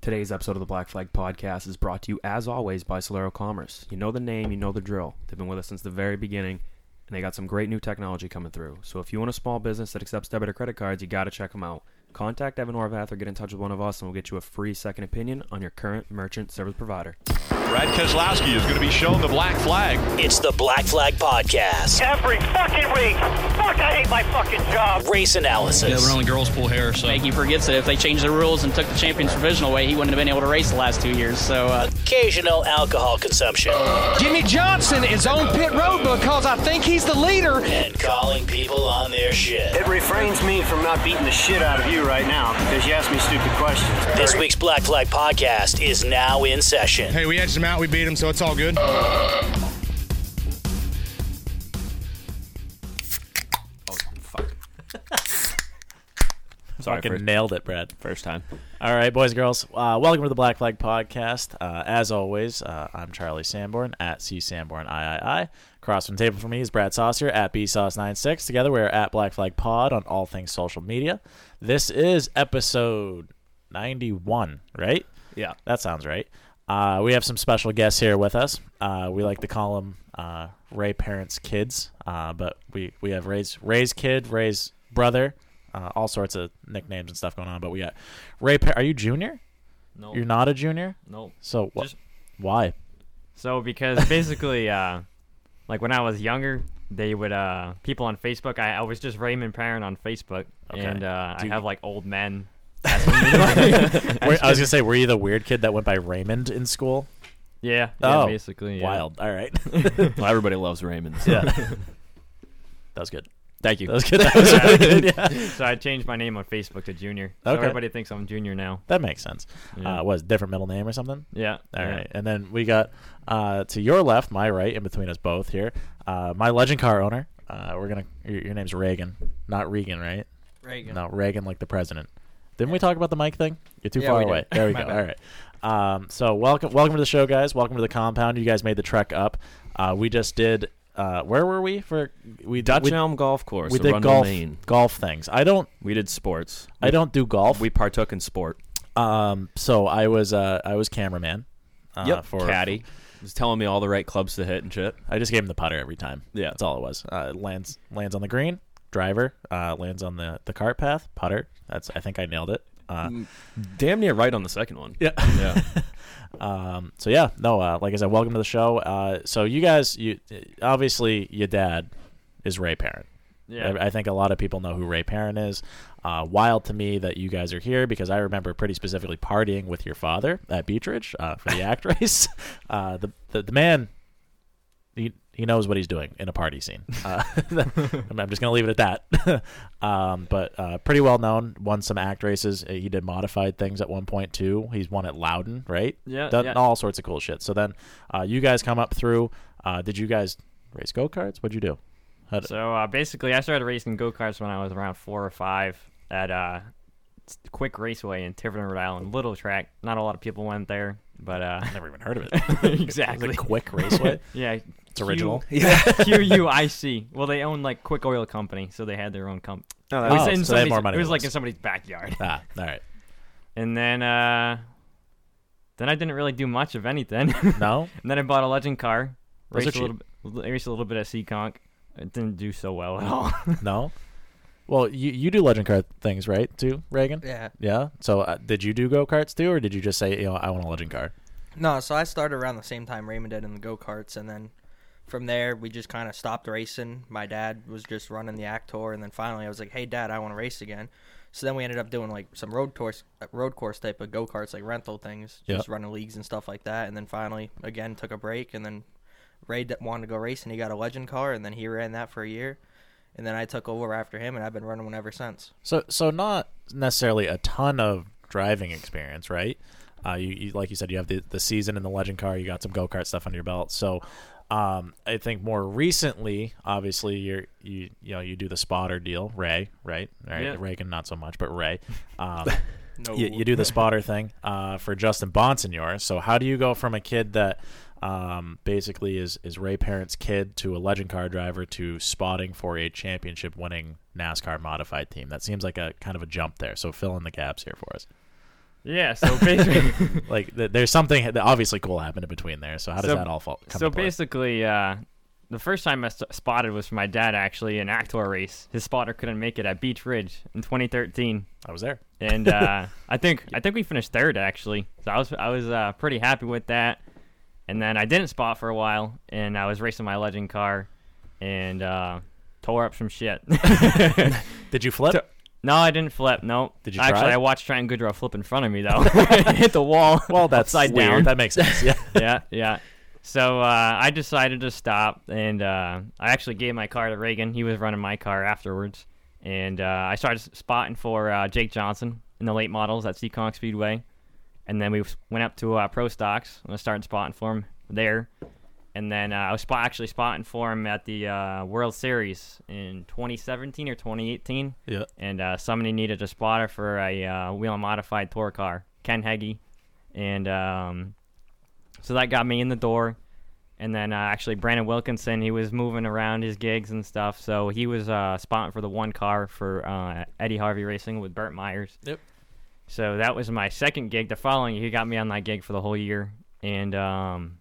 Today's episode of the Black Flag Podcast is brought to you, as always, by Solero Commerce. You know the name, you know the drill. They've been with us since the very beginning, and they got some great new technology coming through. So if you own a small business that accepts debit or credit cards, you got to check them out. Contact Evan Horvath or get in touch with one of us, and we'll get you a free second opinion on your current merchant service provider. Brad Keselowski is going to be shown the black flag. It's the Black Flag Podcast. every fucking week. Fuck, I hate my fucking job. Race Yeah, analysis. but only girls pull hair, so He forgets that if they changed the rules and took the champions provisional away, he wouldn't have been able to race the last two years. So uh, Occasional alcohol consumption Jimmy Johnson is on pit road because I think he's the leader. and calling people on their shit. It refrains me from not beating the shit out of you right now because you asked me stupid questions. This week's Black Flag Podcast is now in session. Hey, we edged him out. We beat him, so it's all good. Oh, Sorry, Fucking first- nailed it, Brad. First time. All right, boys and girls, uh, welcome to the Black Flag Podcast. Uh, as always, uh, I'm Charlie Sanborn at C Sanborn III. Across from the table from me is Brad Saucier at BSauce96. Together, we're at Black Flag Pod on all things social media. This is episode 91, right? Yeah. That sounds right. Uh, we have some special guests here with us. Uh, we like to call them uh, Ray parents' kids, uh, but we, we have Ray's Ray's kid, Ray's brother, uh, all sorts of nicknames and stuff going on. But we got Ray. Pa- are you junior? No. You're not a junior. No. So what? Just- why? So because basically, uh, like when I was younger, they would uh people on Facebook. I, I was just Raymond Parent on Facebook, Okay. and uh, I Do- have like old men. Were- I was gonna say, were you the weird kid that went by Raymond in school? Yeah. yeah Oh, basically. yeah. Wild. All right. Well, everybody loves Raymond. so- yeah. That was good. Thank you. That was good. That was really good. Yeah. So I changed my name on Facebook to Junior. So Okay. everybody thinks I'm Junior now. That makes sense. Yeah. Uh, was different middle name or something? Yeah. All right, yeah. And then we got uh, to your left, my right, in between us both here. Uh, my legend car owner. Uh, we're gonna. Your, your name's Reagan, not Regan, right? Reagan. No, Reagan, like the president. Didn't we talk about the mic thing? You're too far away. There we go. All right. Um, so welcome, welcome to the show, guys. Welcome to the compound. You guys made the trek up. Uh, we just did. Uh, where were we for? We Dutch we, Elm Golf Course, We did Arundel, golf Maine. golf things. I don't. We did sports. I don't do golf. We partook in sport. um. So I was. Uh, I was cameraman. Uh, For caddy. Was telling me all the right clubs to hit and shit. I just gave him the putter every time. Yeah. that's all it was. Uh, lands lands on the green, driver uh, lands on the the cart path, putter. That's I think I nailed it. Uh, Damn near right on the second one. yeah. Yeah. Um, so yeah, no. Uh, like I said, welcome to the show. Uh, so you guys, you obviously your dad is Ray Parent. Yeah. I, I think a lot of people know who Ray Parent is. Uh, wild to me that you guys are here because I remember pretty specifically partying with your father at Beechridge uh, for the act race. Uh, the, the the man, he he knows what he's doing in a party scene. Uh, I'm, I'm just gonna leave it at that. um, but uh, pretty well known. Won some act races. Uh, He did modified things at one point too. He's won at Loudon, right? Yeah, Done yeah. all sorts of cool shit. So then, uh, you guys come up through. Uh, did you guys race go karts? What'd you do? How d- So uh, basically, I started racing go karts when I was around four or five at uh, s- Quick Raceway in Tiverton, Rhode Island. Little track. Not a lot of people went there, but uh, Never even heard of it. exactly. The quick raceway. Yeah, It's original. Q U I C. Well, they own like Quick Oil Company, so they had their own company. No, was- Oh, so they had more money It was than like in us. somebody's backyard. ah, all right. And then, uh, then I didn't really do much of anything. No, and then I bought a Legend car. Those are Raced a little, bit- raced a little bit at Seekonk. It didn't do so well at all. no. Well, you you do legend kart things, right? Too, Reagan. Yeah. Yeah. So uh, did you do go karts too, or did you just say, you know, I want a legend car? No, so I started around the same time Raymond did in the go karts, and then from there we just kind of stopped racing. My dad was just running the act tour, and then finally I was like, "Hey, Dad, I want to race again." So then we ended up doing like some road course, uh, road course type of go karts, like rental things, Yeah. just running leagues and stuff like that. And then finally, again, took a break, and then Ray d- wanted to go race, and he got a legend car, and then he ran that for a year, and then I took over after him, and I've been running one ever since. So so not necessarily a ton of driving experience, right? Uh, you, you like you said, you have the the season in the legend car. You got some go kart stuff under your belt. So. Um, I think more recently, obviously, you're you you know you do the spotter deal, Ray, right? Right, Yeah. Reagan not so much, but Ray. Um, No, you, you do the spotter thing uh, for Justin Bonsignor. So how do you go from a kid that um, basically is is Ray Parent's kid to a legend car driver to spotting for a championship winning NASCAR modified team? That seems like a kind of a jump there. So fill in the gaps here for us. Yeah, so basically, like th- there's something that obviously cool happened in between there. So how does So- that all fall? Come so into play? basically, uh, the first time I s- spotted was for my dad actually an actor race. His spotter couldn't make it at Beach Ridge in 2013. I was there, and uh, I think I think we finished third actually. So I was I was uh, pretty happy with that. And then I didn't spot for a while, and I was racing my legend car, and uh, tore up some shit. Did you flip? no, I didn't flip. No. Did you Actually, try? I watched Trent Goodrow flip in front of me though. Hit the wall. Well, that's upside weird. down. That makes sense. Yeah. yeah, yeah. So uh, I decided to stop, and uh, I actually gave my car to Reagan. He was running my car afterwards, and uh, I started s- spotting for uh, Jake Johnson in the late models at Seekonk Speedway, and then we s- went up to uh, Pro Stocks and I started spotting for him there, and then uh, I was spot- actually spotting for him at the uh, World Series in 2017 or 2018. Yeah. And uh, somebody needed a spotter for a uh, wheel and modified tour car, Ken Heggie, and um, so that got me in the door. And then uh, actually, Brandon Wilkinson, he was moving around his gigs and stuff. So he was uh, spotting for the one car for uh, Eddie Harvey Racing with Burt Myers. Yep. So that was my second gig. The following year, he got me on that gig for the whole year. And um,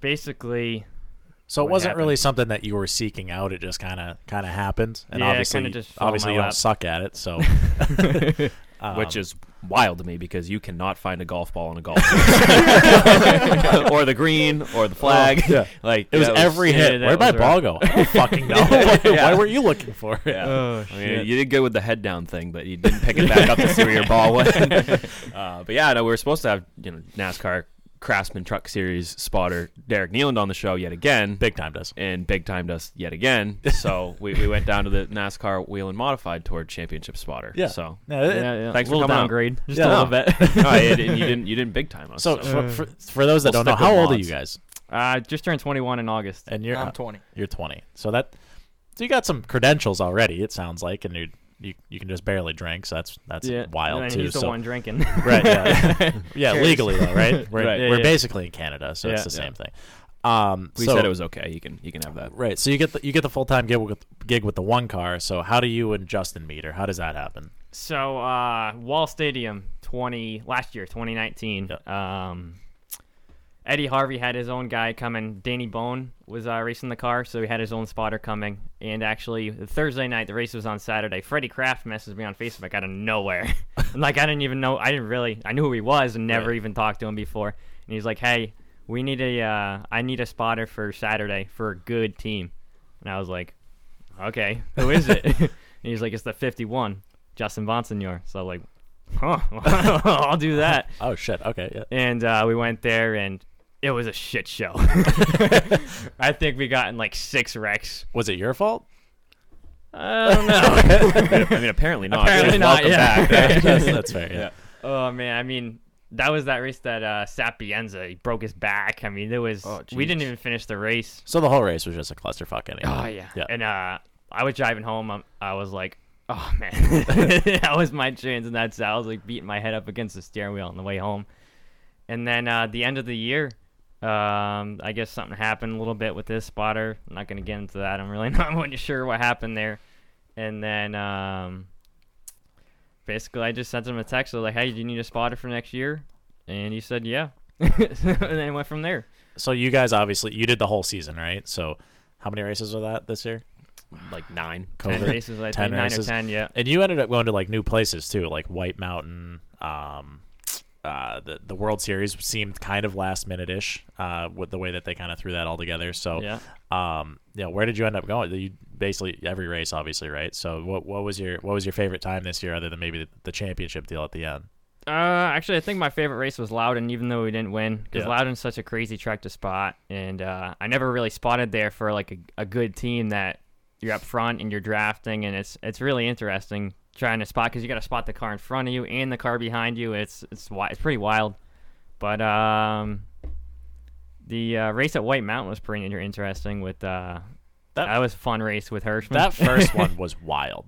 basically, So it What wasn't happened? really something that you were seeking out. It just kind of kind of happened, and Yeah, it obviously, kinda just fell in obviously my you don't lap. suck at it. So Um, which is wild to me because you cannot find a golf ball in a golf or the green or the flag. yeah. Like it was that every yeah, hit. that Where'd my was ball go? I don't fucking know. Why- Why were you looking for it? Uh, I mean, you did good with the head down thing, but you didn't pick it back up to see where your ball went. uh, but yeah, no, we were supposed to have you know NASCAR Craftsman Truck Series spotter Derek Nealand on the show yet again. Big time does. and big timed us yet again. So we, we went down to the NASCAR Wheel and Modified Tour Championship spotter. Yeah. So Yeah, it- yeah, yeah, Eh, thanks for little coming out. downgrade, just Yeah, a no. little bit. no, I- and you didn't you didn't big time us. So for, for, for those that We'll don't know, stick with how old are mods. you guys? Uh, just turned 21 in August. And you're I'm uh, 20. You're 20. So that so you got some credentials already. It sounds like, and you you you can just barely drink. So that's that's wild and too. He's the so one drinking. right, yeah, yeah legally though, right? We're, Right. Yeah, we're yeah. basically in Canada, so it's Yeah. the same thing. Um, we so- said it was okay. You can you can have that. right. So you get the you get the full time gig with gig with the one car. So how do you and Justin meet, or how does that happen? So uh, Wall Stadium, twenty last year, twenty nineteen. Um, Eddie Harvey had his own guy coming. Danny Bone was uh, racing the car, so he had his own spotter coming. And actually, the Thursday night, the race was on Saturday. Freddie Kraft messaged me on Facebook out of nowhere. I'm like, I didn't even know. I didn't really. I knew who he was and never even talked to him before. And he's like, Hey, we need a. Uh, I need a spotter for Saturday for a good team. And I was like, okay, who is it? and he's like, it's the 51, Justin Bonsignor. So I'm like, huh, I'll do that. Oh shit. Okay. Yeah. And uh, we went there, and it was a shit show. I think we got in like six wrecks. Was it your fault? I don't know. I mean, apparently not. Apparently Just not. welcome yeah. back. that's, that's fair. Yeah. Oh man, I mean, that was that race that uh, Sapienza he broke his back. I mean, there was we didn't even finish the race. So the whole race was just a clusterfuck anyway. Oh yeah. Yeah. And uh, I was driving home. i I was like, oh man, that was my chance, and that's I was like beating my head up against the steering wheel on the way home. And then uh, the end of the year, um, I guess something happened a little bit with this spotter. I'm not gonna get into that. I'm really not really sure what happened there. And then um, basically, I just sent him a text. I was like, hey, do you need a spotter for next year? And he said, yeah. and then it went from there. So you guys obviously you did the whole season, right? So how many races were that this year? Like nine. Ten COVID. races, I Ten think, races. nine or ten, yeah. And you ended up going to like new places too, like White Mountain. Um, uh, the the World Series seemed kind of last minute ish, uh, with the way that they kind of threw that all together. So, Yeah. um, you know, where did you end up going? You basically every race, obviously, right? So, what what was your what was your favorite time this year, other than maybe the, the championship deal at the end? Uh, actually, I think my favorite race was Loudon, even though we didn't win, because Yeah. Loudon's such a crazy track to spot, and uh, I never really spotted there for like a, a good team that you're up front and you're drafting, and it's it's really interesting trying to spot because you got to spot the car in front of you and the car behind you. It's it's wi- it's pretty wild, but um, the uh, race at White Mountain was pretty inter- interesting. With uh, That- that, was a fun race with Hirschman. That first one was wild.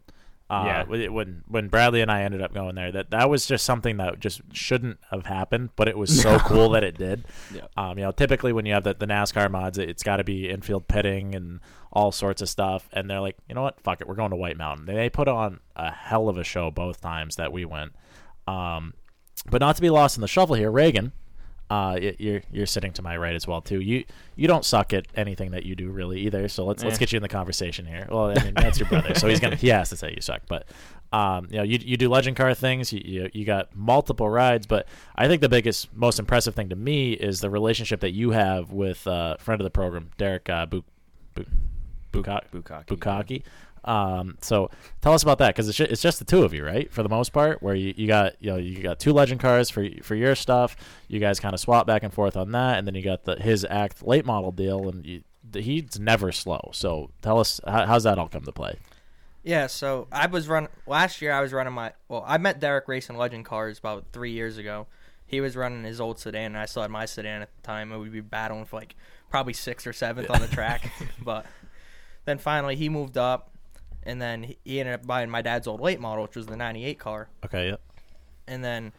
Uh, Yeah. when- when when Bradley and I ended up going there, that that was just something that just shouldn't have happened, but it was so cool that it did. Yeah. Um, you know, typically when you have the, the NASCAR mods, it, it's got to be infield pitting and all sorts of stuff, and they're like, you know what, fuck it, we're going to White Mountain. They, they put on a hell of a show both times that we went. Um, but not to be lost in the shuffle here, Reagan. Uh, y- you're you're sitting to my right as well too. You you don't suck at anything that you do really either. So let's let's Eh. get you in the conversation here. Well, I mean that's your brother, so he's gonna he has to say you suck. But um, you know you you do legend car things. You, you you got multiple rides, but I think the biggest most impressive thing to me is the relationship that you have with uh, friend of the program, Derek uh, Bu- Bu- Bukaki. Bukaki. Um, so tell us about that because it's, ju- it's just the two of you, right? For the most part, where you, you got you know you got two legend cars for for your stuff. You guys kind of swap back and forth on that, and then you got the his act late model deal, and you, th- he's never slow. So tell us how, how's that all come to play? Yeah, so I was run last year. I was running my well. I met Derek racing legend cars about three years ago. He was running his old sedan, and I still had my sedan at the time, and we'd be battling for like probably sixth or seventh on the track. but then finally, he moved up, and then he- he ended up buying my dad's old late model, which was the '98 car. Okay, yep. And then,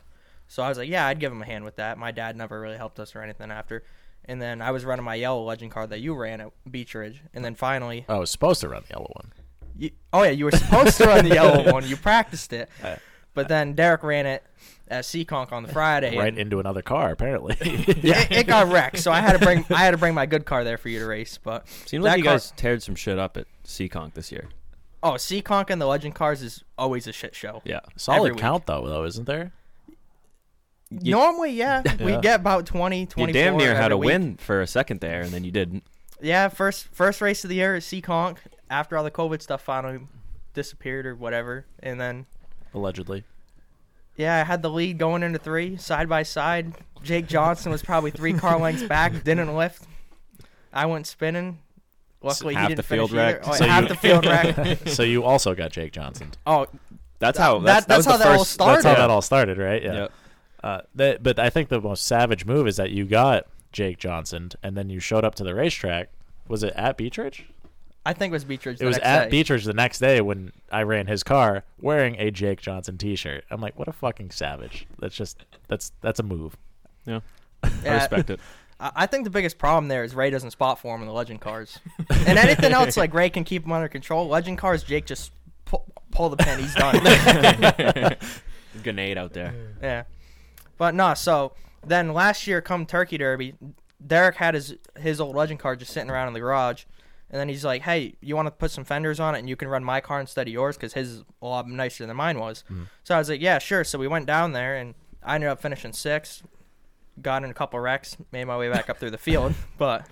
so I was like, yeah, I'd give him a hand with that. My dad never really helped us or anything after. And then I was running my yellow legend car that you ran at Beach Ridge. And then finally, I Oh, was supposed to run the yellow one. you, oh yeah, you were supposed to run the yellow one. You practiced it, Uh, but then Derek ran it at Seekonk on the Friday. right and into another car apparently. it, it got wrecked, so I had to bring I had to bring my good car there for you to race. But Seems that like you car- guys teared some shit up at Seekonk this year. Oh, Seekonk and the Legend cars is always a shit show. Yeah. Every solid week. count though though isn't there? You- Normally, yeah, we Yeah. get about 20, 24 You damn near had every a week. win for a second there, and then you didn't. Yeah, first first race of the year at Seekonk. After all the COVID stuff finally disappeared or whatever, and then Allegedly. Yeah, I had the lead going into three, side by side. Jake Johnson was probably three car lengths back, didn't lift. I went spinning. Luckily, half he the didn't field finish wrecked. either. Oh, So half you- the field wrecked. so you also got Jake Johnson. Oh, That's how- that- that's- that that's was how the that all first- That's how started. that all started, right? Yeah. Uh, that, but I think the most savage move is that you got Jake Johnson, and then you showed up to the racetrack. Was it at Beechridge? I think it was Beechridge. It was at Beechridge the next day when I ran his car wearing a Jake Johnson T-shirt. I'm like, what a fucking savage! That's just that's that's a move. Yeah, Yeah. respect it. I I think the biggest problem there is Ray doesn't spot for him in the legend cars, and anything else like Ray can keep him under control. Legend cars, Jake just pull, pull the pin. He's done. Grenade out there. Yeah. But no, Uh, so then last year come Turkey Derby, Derek had his his old legend car just sitting around in the garage. And then he's like, "Hey, you want to put some fenders on it, and you can run my car instead of yours because his is a lot nicer than mine was." Mhm. So I was like, "Yeah, sure." So we went down there, and I ended up finishing sixth, got in a couple wrecks, made my way back up through the field. But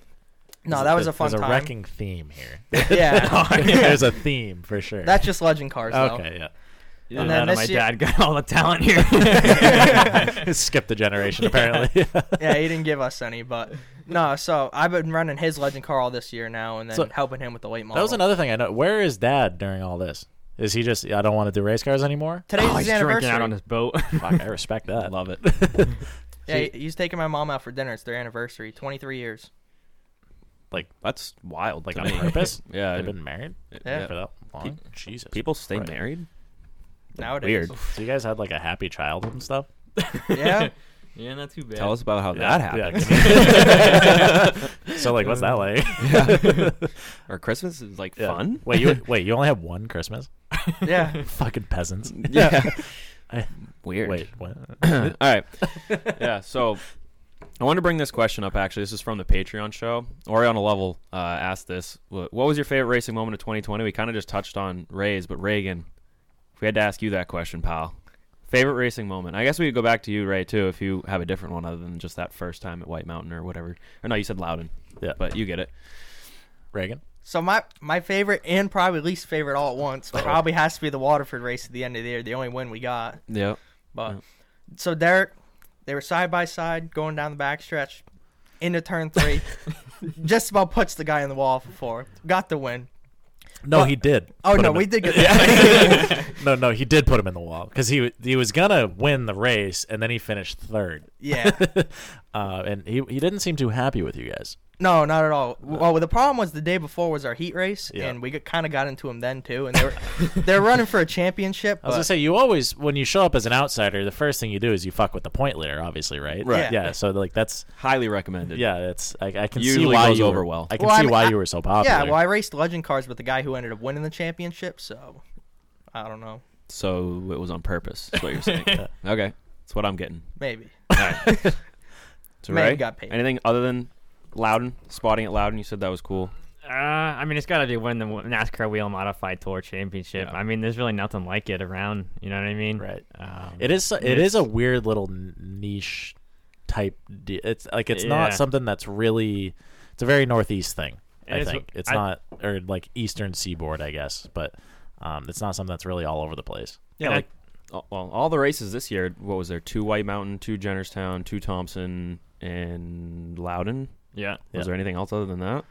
no, that was a fun There's time. a wrecking theme here. yeah, there's a theme for sure. That's just legend cars. Though. Okay, yeah. Yeah, that and my dad got all the talent here. Skipped a generation, apparently. yeah, he didn't give us any, but no. So I've been running his legend car all this year now, and then So- helping him with the late model. That was another thing I know. Where is dad during all this? Is he just I don't want to do race cars anymore? Today's Oh, his he's drinking out anniversary. on his boat. Fuck, I respect that. Love it. Yeah, he- he's taking my mom out for dinner. It's their anniversary, 23 years. like that's wild. Like to on me. purpose? yeah, They've been married Yeah. for that long? Pe- Jesus. People stay Christ. married. Nowadays. Weird. So you guys had like a happy childhood and stuff. Yeah. yeah, not too bad. Tell us about how Yeah, that happened. yeah. so like, what's that like? Yeah. Or Christmas is like Yeah. fun. Wait, you wait, you only have one Christmas? Yeah. Fucking peasants. Yeah. I- Weird. Wait, what? All right. Yeah. So I wanted to bring this question up. Actually, this is from the Patreon show. Oriana Level uh, asked this: "What what was your favorite racing moment of 2020?" We kind of just touched on Rays, but Reagan, if we had to ask you that question, pal, favorite racing moment. I guess we could go back to you, Ray, too, if you have a different one other than just that first time at White Mountain or whatever. Or no, you said Loudon. Yeah. But you get it. Reagan. So my my favorite and probably least favorite all at once probably has to be the Waterford race at the end of the year, the only win we got. Yeah. But so Derek, they were side by side going down the backstretch into turn three. just about puts the guy in the wall for four. Got the win. No, But- he did. Oh put no, him we in- did get Yeah. the no, no, he did put him in the wall because he wa- he was gonna win the race and then he finished third. Yeah. uh, and he he didn't seem too happy with you guys. No, not at all. Well, the problem was the day before was our heat race, Yeah. and we kind of got into him then too. And they were they're running for a championship. I was but- gonna say you always when you show up as an outsider, the first thing you do is you fuck with the point leader, obviously, right? Right. Yeah. Yeah. so like that's highly recommended. Yeah, that's I, I can see Usually why goes you over were, well. I can Well, see mean, why I- you were so popular. Yeah, well, I raced legend cars with the guy who ended up winning the championship, so I don't know. So it was on purpose. That's what you're saying. okay, that's what I'm getting. Maybe. All right. so Maybe Ray, got paid. anything other than Loudon spotting at Loudon? You said that was cool. Uh, I mean, it's got to be win the NASCAR Wheel Modified Tour Championship. I mean, there's really nothing like it around. You know what I mean? Right. Um, It is. It it's- is a weird little n- niche type. De- it's like it's Yeah. not something that's really. It's a very northeast thing. And I it's- think it's I- not or like eastern seaboard, I guess, but um, it's not something that's really all over the place. Yeah, like uh, well, all the races this year. What was there? Two White Mountain, two Jennerstown, two Thompson, and Loudon. Yeah. Was Yeah. there anything else other than that?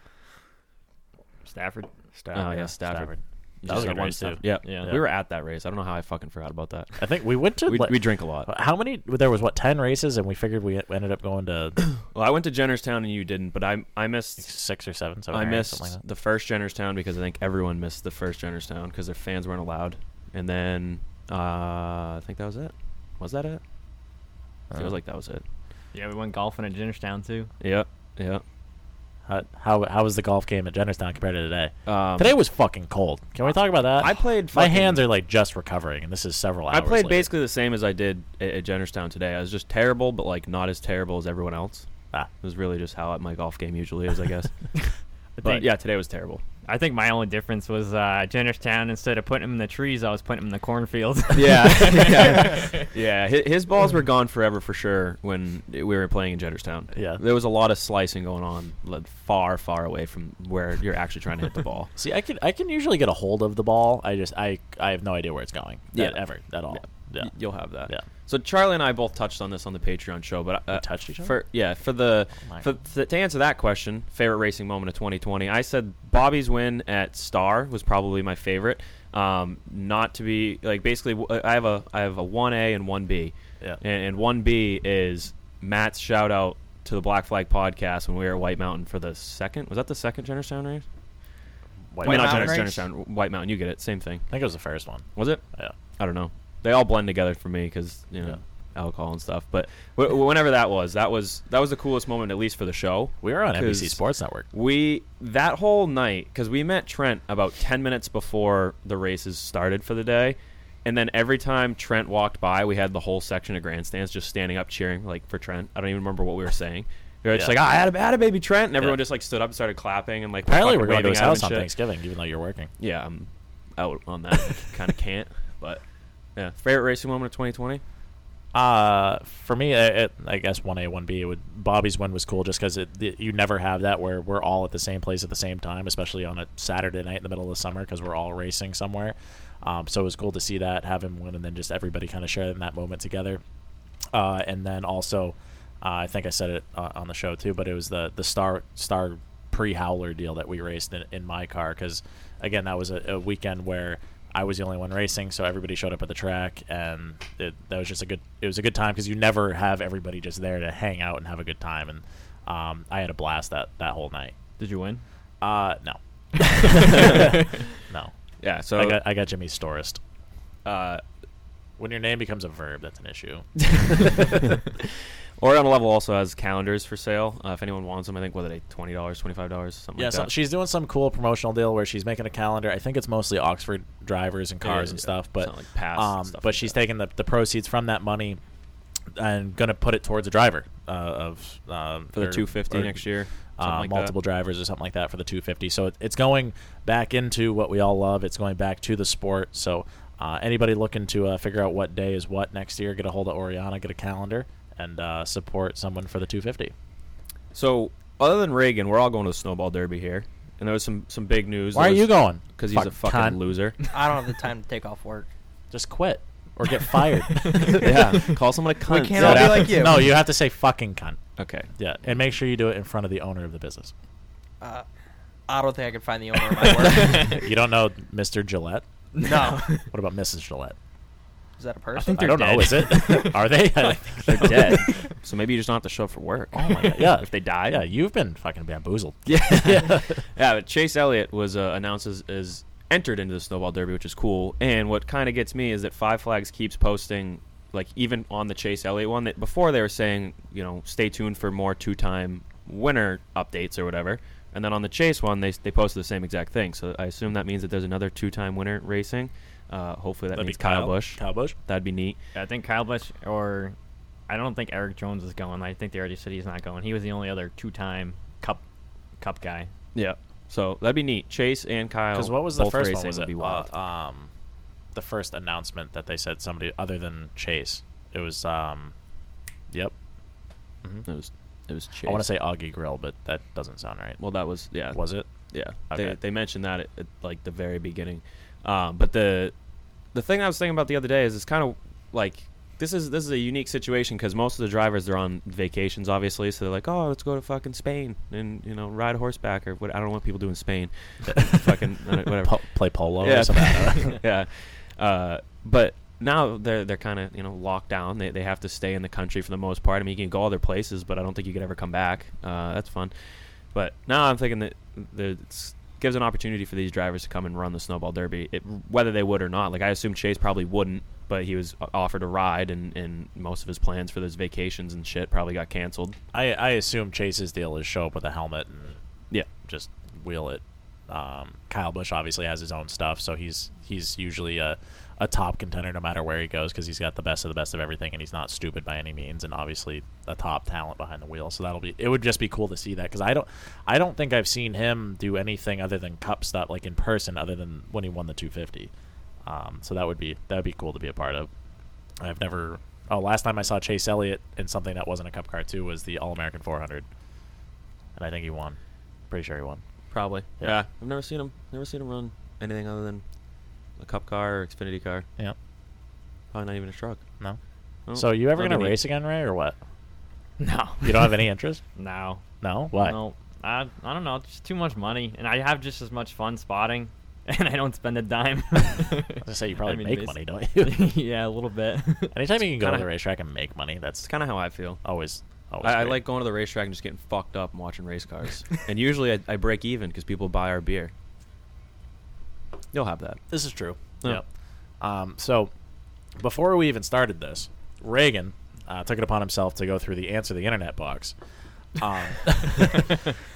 Stafford. oh yeah, Stafford. You Uh, That just was a got good one race, Staff- too. Yeah. Yeah. we were at that race. I don't know how I fucking forgot about that. I think we went to. We, like- we drink a lot. How many? There was what ten races, and we figured we ended up going to Well, I went to Jennerstown and you didn't, but I I missed six or seven. I Aaron, missed something like the first Jennerstown because I think everyone missed the first Jennerstown because their fans weren't allowed. And then uh, I think that was it. Was that it? Uh-huh. Feels like that was it. Yeah, we went golfing at Jennerstown too. Yeah, yeah. How, how how was the golf game at Jennerstown compared to today? Um, today was fucking cold. Can we talk about that? I played My fucking- hands are like just recovering, and this is several hours. I played later. basically the same as I did at, at Jennerstown today. I was just terrible, but like not as terrible as everyone else. Ah. It was really just how my golf game usually is, I guess. but think- yeah, today was terrible. I think my only difference was uh, Jennerstown. Instead of putting him in the trees, I was putting him in the cornfield. yeah, yeah. hi- His balls were gone forever for sure when we were playing in Jennerstown. Yeah. there was a lot of slicing going on, like, far, far away from where you're actually trying to hit the ball. See, I can I can usually get a hold of the ball. I just I I have no idea where it's going. Yeah, ever at all. Yeah, Y- you'll have that. Yeah. So Charlie and I both touched on this on the Patreon show, but uh, touched each other? Oh For, yeah, for the my for, th- to answer that question, favorite racing moment of 2020, I said Bobby's win at Star was probably my favorite. Um, not to be like basically, w- I have a I have a one A and one B. Yeah. And one B is Matt's shout out to the Black Flag podcast when we were at White Mountain for the second. Was that the second Jennerstown race? White I mean, Mountain not Jenner- race? Jennerstown, White Mountain. You get it. Same thing. I think it was the first one. Was it? Yeah. I don't know. They all blend together for me because you know alcohol and stuff. But wh- whenever that was, that was that was the coolest moment, at least for the show. We were on NBC 'Cause Sports Network. We that whole night because we met Trent about ten minutes before the races started for the day, and then every time Trent walked by, we had the whole section of grandstands just standing up cheering like for Trent. I don't even remember what we were saying. We were just like, Yeah. "Ah, had a, had a baby Trent," and everyone Yeah. just like stood up and started clapping and like Apparently, fucking we're going to waving his at him house and on shit Thanksgiving, even though you're working. yeah, I'm out on that. kind of can't, but yeah. Favorite racing moment of 2020? Uh, for me, I it, I guess one A, one B. It would Bobby's win was cool just because it, it- you never have that where we're all at the same place at the same time, especially on a Saturday night in the middle of the summer because we're all racing somewhere. Um, so it was cool to see that have him win and then just everybody kind of sharing that moment together. Uh, and then also, uh, I think I said it uh, on the show too, but it was the the star star pre howler deal that we raced in, in my car because again that was a, a weekend where I was the only one racing, so everybody showed up at the track, and it, that was just a good it was a good time because you never have everybody just there to hang out and have a good time, and um, I had a blast that that whole night. Did you win? Uh, no, no, Yeah, so I got I got Jimmy Storist. uh, When your name becomes a verb, that's an issue. Orion Level also has calendars for sale. Uh, if anyone wants them, I think what are they? Twenty dollars, twenty five dollars, something Yeah, like so that. she's doing some cool promotional deal where she's making a calendar. I think it's mostly Oxford drivers and Yeah, cars and yeah. stuff, but Something like pass and um, stuff but like she's that. taking the, the proceeds from that money and gonna put it towards a driver uh, of um, For the or- 250 or, next year, something uh, like that. multiple drivers or something like that for the 250. So it, it's going back into what we all love. It's going back to the sport. So uh, anybody looking to uh, figure out what day is what next year, get a hold of Oriana, get a calendar, and uh, support someone for the 250. So other than Reagan, we're all going to the Snowball Derby here, and there was some some big news. Why are you going? Because he's a Fuck fucking cunt. loser. I don't have the time to take off work. Just quit or get fired. yeah, call someone a cunt. can't all be Yeah. like you. No, you have to say fucking cunt. okay. Yeah, and make sure you do it in front of the owner of the business. Uh, I don't think I can find the owner of my work. you don't know Mr. Gillette? no. What about Mrs. Gillette? Is that a person? I don't know. Is it? Are they? They're dead. so maybe you just don't have to show up for work. Oh my God. Yeah. If they die. Yeah, you've been fucking bamboozled. Yeah. yeah, but Chase Elliott was uh, announced as, as entered into the Snowball Derby, which is cool. And what kind of gets me is that Five Flags keeps posting, like, even on the Chase Elliott one, that before they were saying, you know, stay tuned for more two time winner updates or whatever. And then on the Chase one, they, they posted the same exact thing. So I assume that means that there's another two time winner racing. Uh, hopefully that That'd be means Kyle, Kyle- Bush. Kyle Busch. That'd be neat. I think Kyle Busch or I don't think Eric Jones is going. I think they already said he's not going. He was the only other two-time Cup Cup guy. Yeah. So that'd be neat. Chase and Kyle. Because what was the both first one? racing Was would it be wild. uh, um, the first announcement that they said somebody other than Chase? It was um, yep. it was it was Chase. I want to say Augie Grill, but that doesn't sound right. Well, that was yeah. Was it? Yeah, they, Okay. they mentioned that at, at like the very beginning. Um, but the the thing I was thinking about the other day is it's kind of like this is this is a unique situation because most of the drivers they're on vacations, obviously. So they're like, oh, let's go to fucking Spain and you know ride horseback or what. I don't know what people do in Spain. fucking I don't- whatever. Po- play polo yeah, or something. yeah. Uh, but now they're they're kind of you know locked down. They they have to stay in the country for the most part. I mean, you can go other places, but I don't think you could ever come back. Uh, that's fun. But now I'm thinking that the it's gives an opportunity for these drivers to come and run the snowball derby, it, whether they would or not. Like I assume Chase probably wouldn't, but he was o- offered a ride, and, and most of his plans for those vacations and shit probably got canceled. I I assume Chase's deal is show up with a helmet and Yeah, just wheel it. Um, Kyle Bush obviously has his own stuff, so he's he's usually a, a top contender no matter where he goes because he's got the best of the best of everything, and he's not stupid by any means, and obviously a top talent behind the wheel. So that'll be it would just be cool to see that because I don't I don't think I've seen him do anything other than cup stuff like in person other than when he won the 250. Um, so that would be that would be cool to be a part of. I've never. Oh, last time I saw Chase Elliott in something that wasn't a Cup car too was the All American 400, and I think he won. Pretty sure he won. probably. Yeah. yeah, I've never seen him never seen him run anything other than a cup car or Xfinity car. Yeah. Probably not even a truck. No. Oh, so you ever that'd gonna be neat. race again, Ray, or what? No, You don't have any interest? no, No. Why? no. I I don't know. It's just too much money, and I have just as much fun spotting, and I don't spend a dime. I I say you probably make money, don't basically- you? yeah, a little bit. Anytime you can go to kinda- the racetrack and make money, that's It's kind of how I feel. always I, always. I great. like going to the racetrack and just getting fucked up and watching race cars. and usually I, I break even because people buy our beer. You'll have that. This is true. Yeah. Yep. Um, so before we even started this, Reagan uh, took it upon himself to go through the answer the internet box. Um,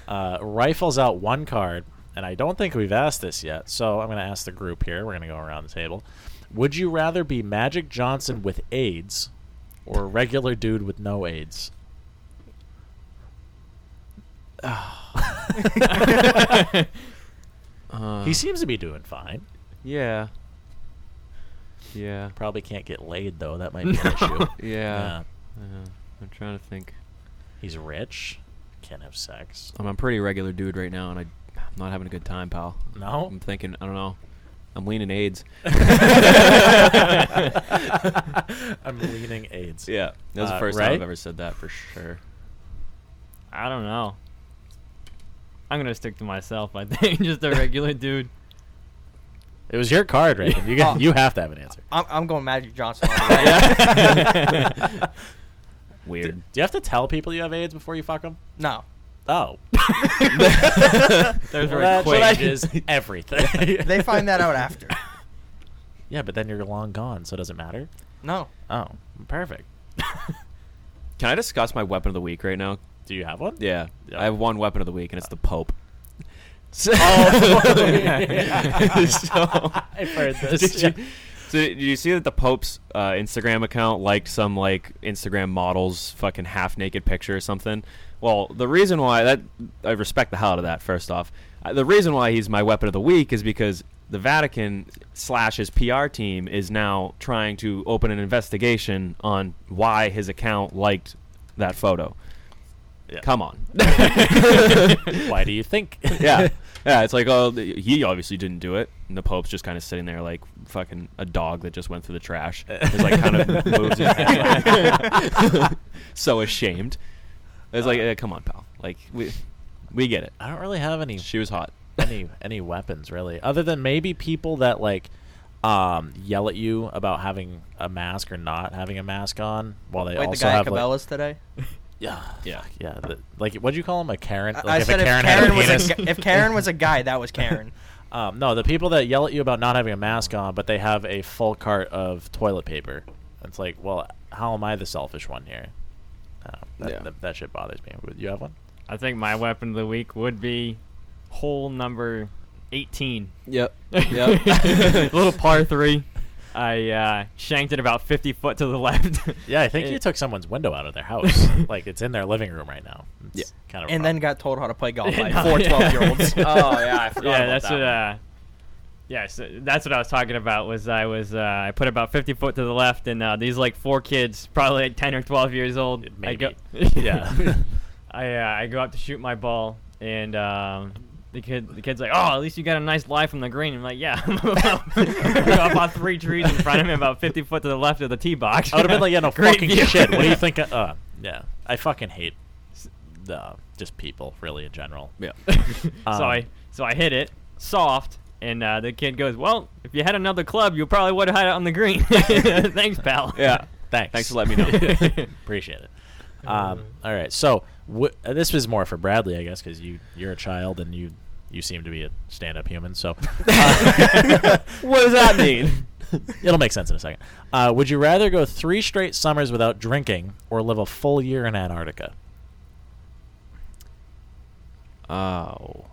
uh, rifles out one card, and I don't think we've asked this yet, so I'm going to ask the group here. We're going to go around the table. Would you rather be Magic Johnson with AIDS or a regular dude with no AIDS? Ah. he seems to be doing fine. Yeah. Yeah. Probably can't get laid, though. That might be an issue. Yeah. Uh, I'm trying to think. He's rich. Can't have sex. I'm a pretty regular dude right now, and I, I'm not having a good time, pal. No? I'm thinking, I don't know. I'm leaning AIDS. I'm leaning AIDS. yeah. That was Uh, the first Ray? time I've ever said that for sure. I don't know. I'm gonna stick to myself. I think just a regular dude. It was your card, Reagan. You got, you have to have an answer. Oh. I'm, I'm going Magic Johnson. Weird. Do you have to tell people you have AIDS before you fuck them? no, Oh, There's that quick. changes everything. they find that out after. yeah, but then you're long gone, so it doesn't matter. No, Oh, perfect. Can I discuss my weapon of the week right now? Do you have one? Yeah. Yeah. I have one weapon of the week, and it's the Pope. So- I've heard this. did you, so did you see that the Pope's uh, Instagram account liked some like Instagram models fucking half naked picture or something? Well, the reason why that I respect the hell out of that. First off, uh, the reason why he's my weapon of the week is because the Vatican slash his PR team is now trying to open an investigation on why his account liked that photo. Yeah. Come on. Why do you think? yeah, yeah. It's like, oh, th- he obviously didn't do it, and the Pope's just kind of sitting there like fucking a dog that just went through the trash. It's like kind of moves his head. so ashamed. It's like, eh, come on, pal. Like we, we get it. I don't really have any She was hot. any any weapons really, other than maybe people that like um, yell at you about having a mask or not having a mask on while they wait, the also guy at have like- Cabela's today. yeah Yeah. yeah the, like what do you call him a Karen I- like I if said a Karen, if Karen had a was penis a, gu- if Karen was a guy, that was Karen. um, no the people that yell at you about not having a mask on but they have a full cart of toilet paper it's like well how am I the selfish one here uh, that, Yeah. that, that shit bothers me you have one I think my weapon of the week would be hole number 18. Yep. Yep. Little par three. I uh, shanked it about 50 foot to the left. Yeah, I think you took someone's window out of their house. like it's in their living room right now. It's yeah. kind of and then got told how to play golf by No, four yeah. Oh, 12 year olds. Yeah, that's what. Uh, yeah, so that's what I was talking about. Was I was uh, I put about 50 foot to the left, and uh, these like four kids, probably like 10 or 12 years old. I go, Yeah. I uh, I go up to shoot my ball, and um, the kid the kid's like, "Oh, at least you got a nice lie from the green." I'm like, "Yeah." I'm about, I'm about three trees in front of me, about 50 foot to the left of the tee box. I would have been like, yeah, no Great fucking view. shit. What do you think? I- uh, yeah, I fucking hate s- uh, just people, really, in general. Yeah. so I so I hit it soft, and uh, the kid goes, "Well, if you had another club, you probably would have had it on the green." Thanks, pal. Yeah. Thanks. Thanks for letting me know. Appreciate it. Um, all right. So wh- uh, this was more for Bradley, I guess, because you you're a child and you you seem to be a stand-up human. So uh, What does that mean? It'll make sense in a second. Uh, would you rather go three straight summers without drinking or live a full year in Antarctica? Oh.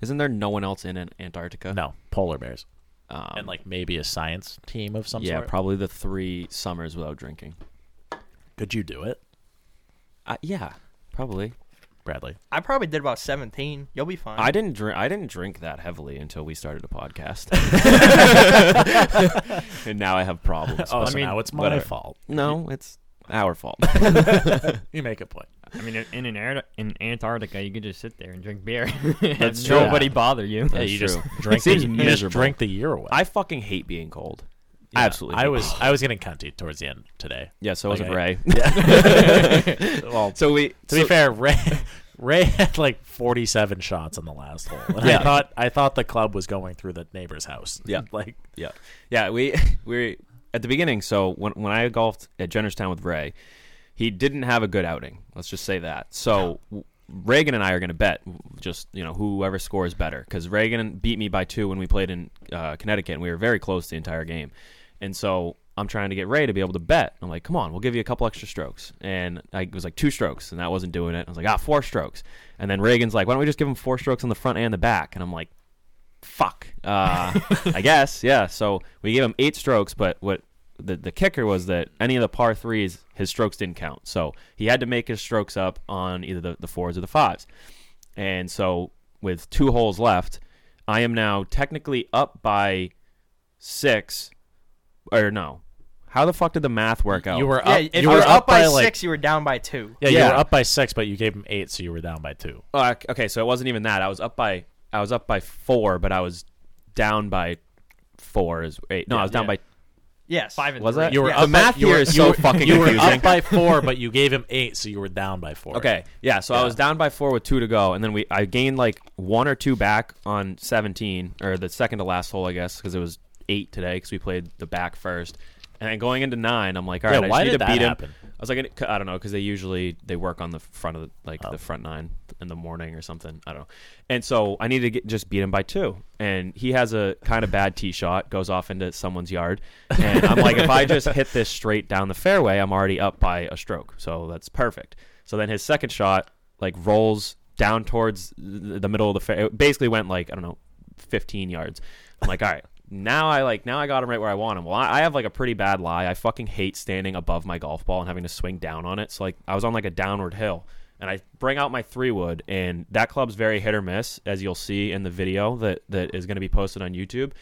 Isn't there no one else in An- Antarctica? No, polar bears. Um, and like maybe a science team of some yeah, sort. probably the three summers without drinking. Could you do it, Uh, yeah, probably. Bradley? I probably did about 17. You'll be fine. I didn't drink. I didn't drink that heavily until we started a podcast, and now I have problems. Oh, but so now it's my whatever. fault. No, it's our fault. you make a point. I mean, in in, Ar- in Antarctica, you could just sit there and drink beer. That's Have true. Nobody bother you. That's true. drink It seems the- you just miserable. drink the year away. I fucking hate being cold. Yeah, Absolutely. I hate was it. I was getting cunty towards the end today. Yeah, so was I- Ray. Yeah. well, So we- To be so- fair, Ray Ray had like forty seven shots on the last hole. And I Yeah. thought I thought the club was going through the neighbor's house. Yeah. like Yeah. Yeah, we we at the beginning, so when when I golfed at Jennerstown with Ray, he didn't have a good outing. Let's just say that. So w Reagan and I are going to bet just, you know, whoever scores better cuz Reagan beat me by 2 when we played in uh, Connecticut and we were very close the entire game. And so I'm trying to get Ray to be able to bet. I'm like, "Come on, we'll give you a couple extra strokes." And I it was like two strokes and that wasn't doing it. I was like, "Ah, four strokes." And then Reagan's like, "Why don't we just give him four strokes on the front and the back?" And I'm like, fuck. Uh, I guess, yeah. So we gave him eight strokes, but what the the kicker was that any of the par threes, his strokes didn't count. So he had to make his strokes up on either the, the fours or the fives. And so with two holes left, I am now technically up by six or no. How the fuck did the math work out? You were yeah, up. if you were up, by, like six, you were down by two. yeah, you Yeah. were up by six, but you gave him eight, so you were down by two. Uh, okay, so it wasn't even that. I was up by I was up by four, but I was down by four is eight. No, I was down yeah. by Yes. Five and Was three. that- You were Yeah. up The math by, you were- here is you so were- fucking You were confusing. up by four, but you gave him eight, so you were down by four. Okay, yeah. So I was down by four with two to go, and then we I gained like one or two back on seventeen or the second to last hole, I guess, because it was eight today because we played the back first, and then going into nine, I'm like, all Yeah, right, I why just need to did that beat happen? him. I was like, I don't know, because they usually they work on the front of the, like Oh. the front nine in the morning or something. I don't know, and so I need to get, just beat him by two, and he has a kind of bad tee shot, goes off into someone's yard, and I'm like, if I just hit this straight down the fairway, I'm already up by a stroke, so that's perfect. So then his second shot like rolls down towards th- the middle of the fair. It basically went like I don't know, 15 yards. I'm like, all right, now I like now I got him right where I want him. Well, I, I have like a pretty bad lie. I fucking hate standing above my golf ball and having to swing down on it. So like I was on like a downward hill. And I bring out my three wood, and that club's very hit or miss, as you'll see in the video that, that is going to be posted on YouTube.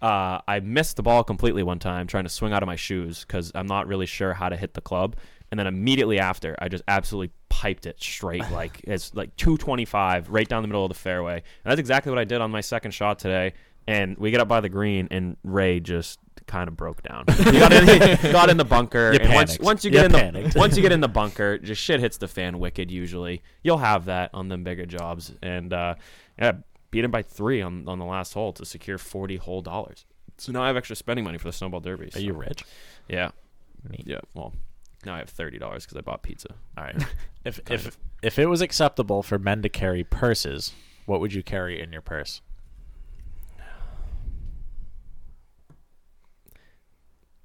Uh, I missed the ball completely one time trying to swing out of my shoes because I'm not really sure how to hit the club. And then immediately after, I just absolutely piped it straight, like it's like 225 right down the middle of the fairway. And that's exactly what I did on my second shot today. And we get up by the green, and Ray just kind of broke down. He got in, he got in the bunker. You and once, panicked. once you You get in panicked. the once you get in the bunker, just shit hits the fan wicked. Usually, you'll have that on them bigger jobs. And uh, yeah, beat him by three on on the last hole to secure 40 whole dollars. So now I have extra spending money for the snowball derby. Are so- you rich? Yeah. Yeah. Well, now I have thirty dollars because I bought pizza. All right. If if if it was acceptable for men to carry purses, what would you carry in your purse?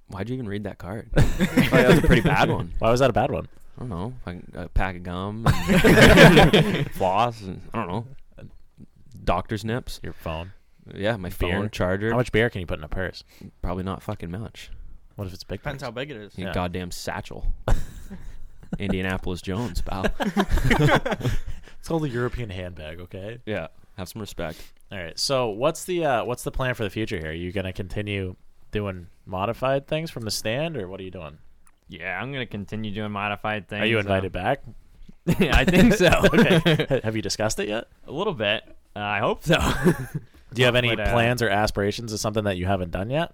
Why'd you even read that card? oh, yeah, that was a pretty bad one. Why was that a bad one? I don't know. Like a pack of gum, and floss, and I don't know. doctor's nips, your phone. Yeah, my Beer. phone charger. How much beer can you put in a purse? Probably not fucking much. What if it's big? Depends how big it is. You Yeah. goddamn satchel. Indianapolis Jones, pal. It's called a European handbag, okay? Yeah, have some respect. All right. So, what's the uh, what's the plan for the future here? Are you going to continue doing modified things from the stand or what are you doing? Yeah, I'm gonna continue doing modified things. Are you uh, invited back? Yeah, I think so. okay. Have you discussed it yet? A little bit. Uh, I hope so. Do you have any But, uh, plans or aspirations of something that you haven't done yet?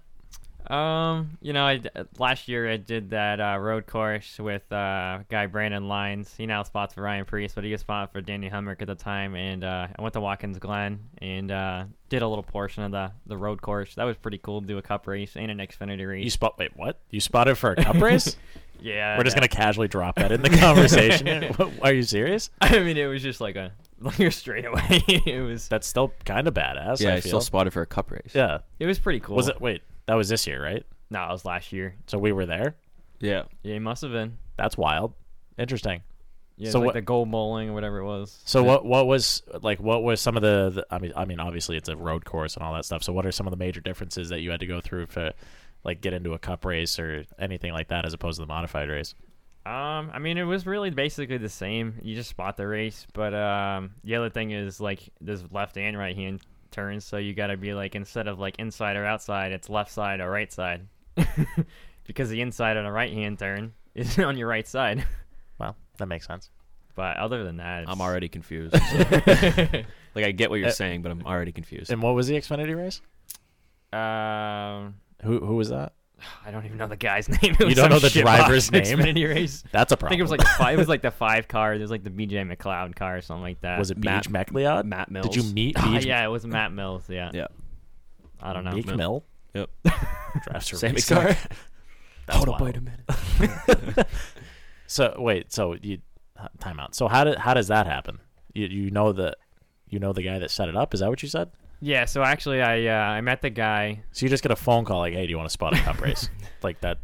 Um, you know, I d- last year I did that uh, road course with uh, guy Brandon Lines. He now spots for Ryan Priest, but he was spot for Danny Humrick at the time. And uh, I went to Watkins Glen and uh, did a little portion of the, the road course. That was pretty cool to do a cup race and an Xfinity race. You spot wait, what? You spotted for a cup race? Yeah, We're just yeah. going to casually drop that in the conversation. here. What- are you serious? I mean, it was just like a like a straightaway. it was That's still kind of badass. yeah, I I still feel. spotted for a cup race. yeah. it was pretty cool. Was it wait, that was this year, right? No, it was last year. So we were there. Yeah. Yeah, it must have been. That's wild. Interesting. Yeah, So so like what- the gold bowling or whatever it was. So what what was like what was some of the, the I mean I mean obviously it's a road course and all that stuff. So what are some of the major differences that you had to go through to like get into a cup race or anything like that as opposed to the modified race? Um, I mean, it was really basically the same. You just spot the race, but um, the other thing is like there's left and right hand turns, so you got to be like instead of like inside or outside, it's left side or right side, because the inside on a right hand turn is on your right side. Well, that makes sense. But other than that, it's, I'm already confused. so- like I get what you're saying, but I'm already confused. And what was the Xfinity race? Um, Who who was that? I don't even know the guy's name. It You was don't some know the shitbox driver's name? Xfinity race. That's a I think it was problem. like the five, it was like the five car. There's like the BJ McLeod car or something like that. Was it Matt- Beach McLeod? Matt Mills. Did you meet Ah, Beach? yeah, it was Matt Mills. Yeah. Yeah. I don't know. Meek Mill Yep. drives her Same race car. car. That's Hold up, wild. wait a minute. So wait, so you h- time out. So how did how does that happen? You you know the you know the guy that set it up. Is that what you said? Yeah, so actually, I uh, I met the guy. So you just get a phone call like, hey, do you want to spot a cup race? like that.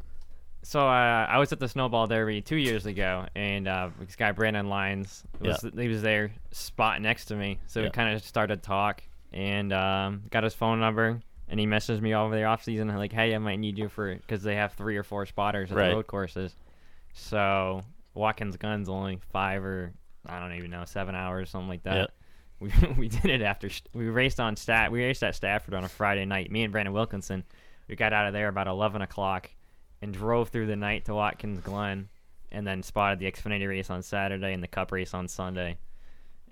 So uh, I was at the Snowball Derby two years ago, and uh, this guy Brandon Lyons was he was there, spot next to me. So Yeah. we kind of started to talk, and um, got his phone number, and he messaged me over the off season like, hey, I might need you for because they have three or four spotters at Right. the road courses. So Watkins Guns only five or I don't even know seven hours something like that. Yeah. we, we did it after st- we raced on stat we raced at Stafford on a Friday night. Me and Brandon Wilkinson, we got out of there about eleven o'clock and drove through the night to Watkins Glen, and then spotted the Xfinity race on Saturday and the Cup race on Sunday,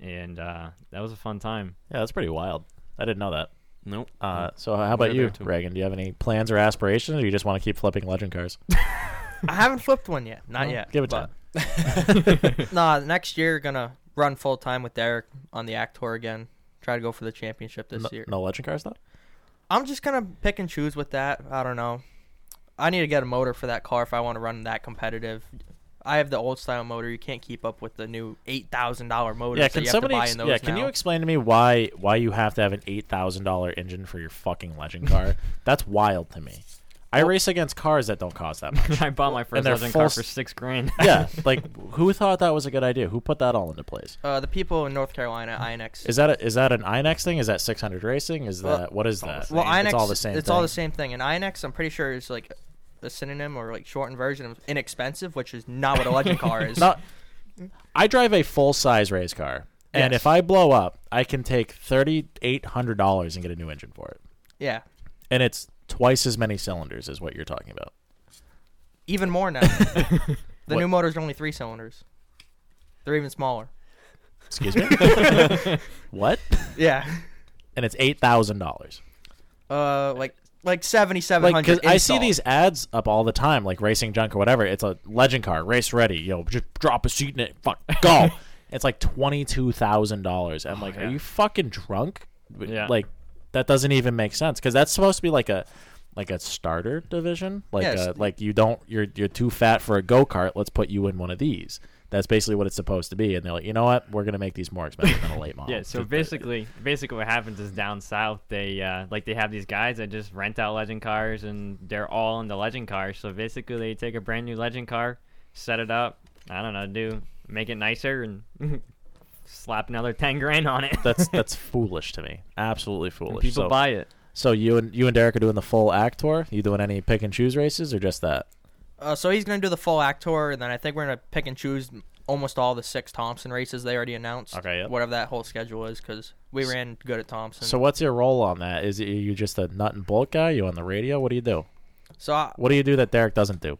and uh, that was a fun time. Yeah, that's pretty wild. I didn't know that. Nope. Uh, so how about you, there, too. Reagan? Do you have any plans or aspirations, or you just want to keep flipping legend cars? I haven't flipped one yet. Not yet. Give it but- time. Nah, next year gonna run full time with Derek on the Act Tour again. Try to go for the championship this No, year. no legend cars though. I'm just gonna pick and choose with that. I don't know. I need to get a motor for that car if I want to run that competitive. I have the old style motor. You can't keep up with the new eight thousand dollar motor. Yeah, that can you have somebody? To buy ex- in those yeah, can now. you explain to me why why you have to have an eight thousand dollar engine for your fucking legend car? That's wild to me. I race against cars that don't cost that much. I bought my first they're legend car full for s- six grand. yeah, like who thought that was a good idea? Who put that all into place? uh, the people in North Carolina, INX. Is that a, is that an Inex thing? Is that six hundred racing? Is Well, that what is that? well, INX, it's all the same. It's thing. all the same thing. And INX, I'm pretty sure is like a synonym or like shortened version of inexpensive, which is not what a legend car is. Not, I drive a full size race car, and Yes. if I blow up, I can take thirty eight hundred dollars and get a new engine for it, Yeah, and it's twice as many cylinders as what you're talking about. even more now. the new motors are only three cylinders. They're even smaller. Excuse me. what? Yeah, And it's eight thousand dollars. uh, like like seventy seven Like, hundred. because I see these ads up all the time, like racing junk or whatever. It's a legend car, race ready. You know, just drop a seat in it. Fuck, go. it's like twenty two thousand dollars. I'm like, Oh, yeah. are you fucking drunk? W- Yeah. Like, that doesn't even make sense because that's supposed to be like a like a starter division. Like, Yes. uh, like you don't you're you're too fat for a go kart. Let's put you in one of these. That's basically what it's supposed to be. And they're like, you know what? We're gonna make these more expensive than a late model. Yeah, so To- basically, basically what happens is down south they uh, like they have these guys that just rent out legend cars and they're all into legend cars. So basically, they take a brand new legend car, set it up, I don't know, do make it nicer and slap another ten grand on it. that's that's foolish to me. Absolutely foolish. people so, buy it. So you and you and Derek are doing the full actor. You doing any pick and choose races or just that? Uh, so he's going to do the full act tour, and then I think we're going to pick and choose almost all the six Thompson races they already announced. Okay, yep. Whatever that whole schedule is, because we ran good at Thompson. So what's your role on that? Is it, are you just a nut and bolt guy? You on the radio? What do you do? So I, What do you do that Derek doesn't do?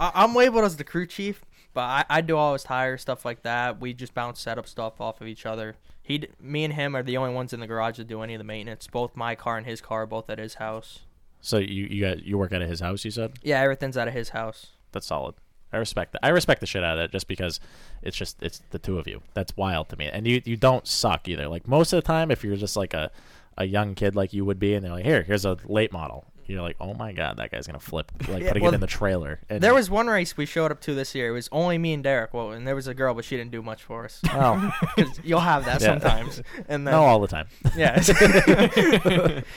I, I'm labeled as the crew chief, but I, I do all his tire stuff like that. We just bounce setup stuff off of each other. He, d- me, and him are the only ones in the garage that do any of the maintenance. Both my car and his car, are both at his house. So you you got you work out of his house. You said Yeah, everything's out of his house. that's solid. I respect that. I respect the shit out of it just because it's just it's the two of you. That's wild to me. And you you don't suck either. Like most of the time, if you're just like a a young kid like you would be, and they're like, here, here's a late model. You're like, oh my god, that guy's gonna flip. Like Yeah, putting well, it in the trailer. And there was one race we showed up to this year. It was only me and Derek. Well, and there was a girl, but she didn't do much for us. Oh. 'Cause you'll have that Yeah. sometimes. And then, No, all the time. Yeah.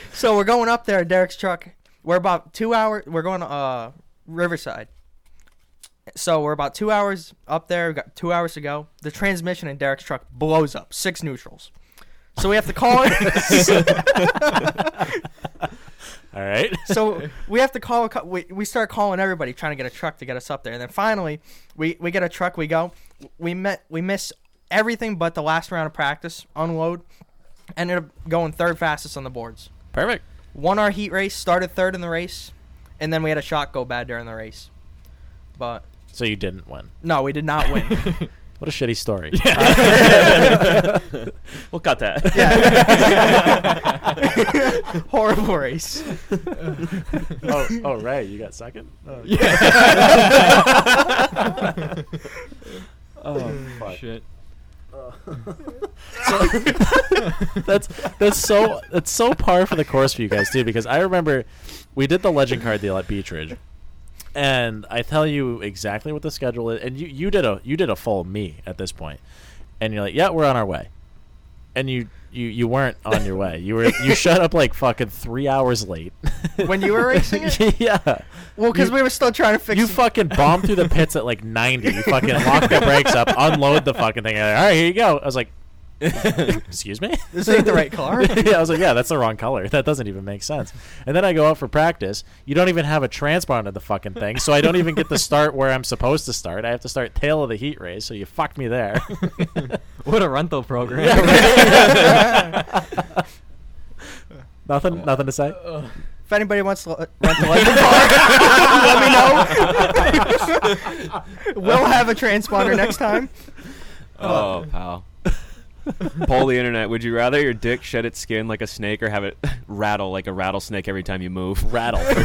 so we're going up there, Derek's truck. We're about two hours. We're going to uh, Riverside. So we're about two hours up there. We've got two hours to go. The transmission in Derek's truck blows up. Six neutrals. So we have to call it. all right. so we have to call. a cou- We, we start calling everybody, trying to get a truck to get us up there, and then finally we, we get a truck. We go. We met. We miss everything but the last round of practice. Unload. Ended up going third fastest on the boards. Perfect. Won our heat race. Started third in the race, and then we had a shot go bad during the race. But so you didn't win. no, we did not win. What a shitty story. Yeah. we'll cut that. Yeah. Horrible race. oh, oh, right. You got second? Oh, Yeah. oh Hmm. fuck. Shit. that's that's so that's so par for the course for you guys too because I remember we did the legend card deal at Beechridge, and I tell you exactly what the schedule is, and you you did a you did a full me at this point, and you're like, yeah, we're on our way, and you you you weren't on your way. You were you shut up like fucking three hours late. When you were racing it? yeah. Well, because You- we were still trying to fix. You fucking bomb through the pits at like 90. You fucking lock the brakes up, unload the fucking thing. and they're like, All right, here you go. I was like, excuse me? This ain't the right car. yeah, I was like, yeah, that's the wrong color. That doesn't even make sense. And then I go out for practice. You don't even have a transponder the fucking thing, so I don't even get to start where I'm supposed to start. I have to start tail of the heat race, so you fucked me there. What a rental program. nothing, nothing to say. If anybody wants to rent the legend car, let me know. we'll have a transponder next time. Oh, pal. Poll the internet. Would you rather your dick shed its skin like a snake or have it rattle like a rattlesnake every time you move? Rattle. For sure.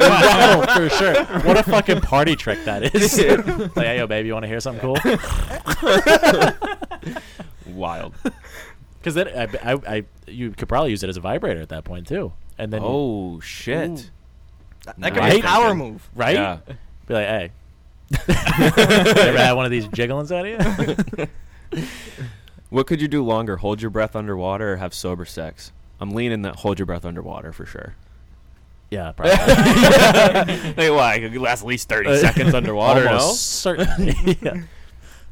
Rattle, for sure. What a fucking party trick that is. like, hey, yo, baby, you want to hear something cool? Wild. Because then I, I, I, you could probably use it as a vibrator at that point too, and then oh shit, that could be a power move. right? Yeah. Be like, hey, ever had one of these jigglings out of you? What could you do longer? Hold your breath underwater or have sober sex? I'm leaning that hold your breath underwater for sure. yeah, Hey, probably. Uh, why? It could last at least 30 seconds underwater. Almost no? certainly. yeah.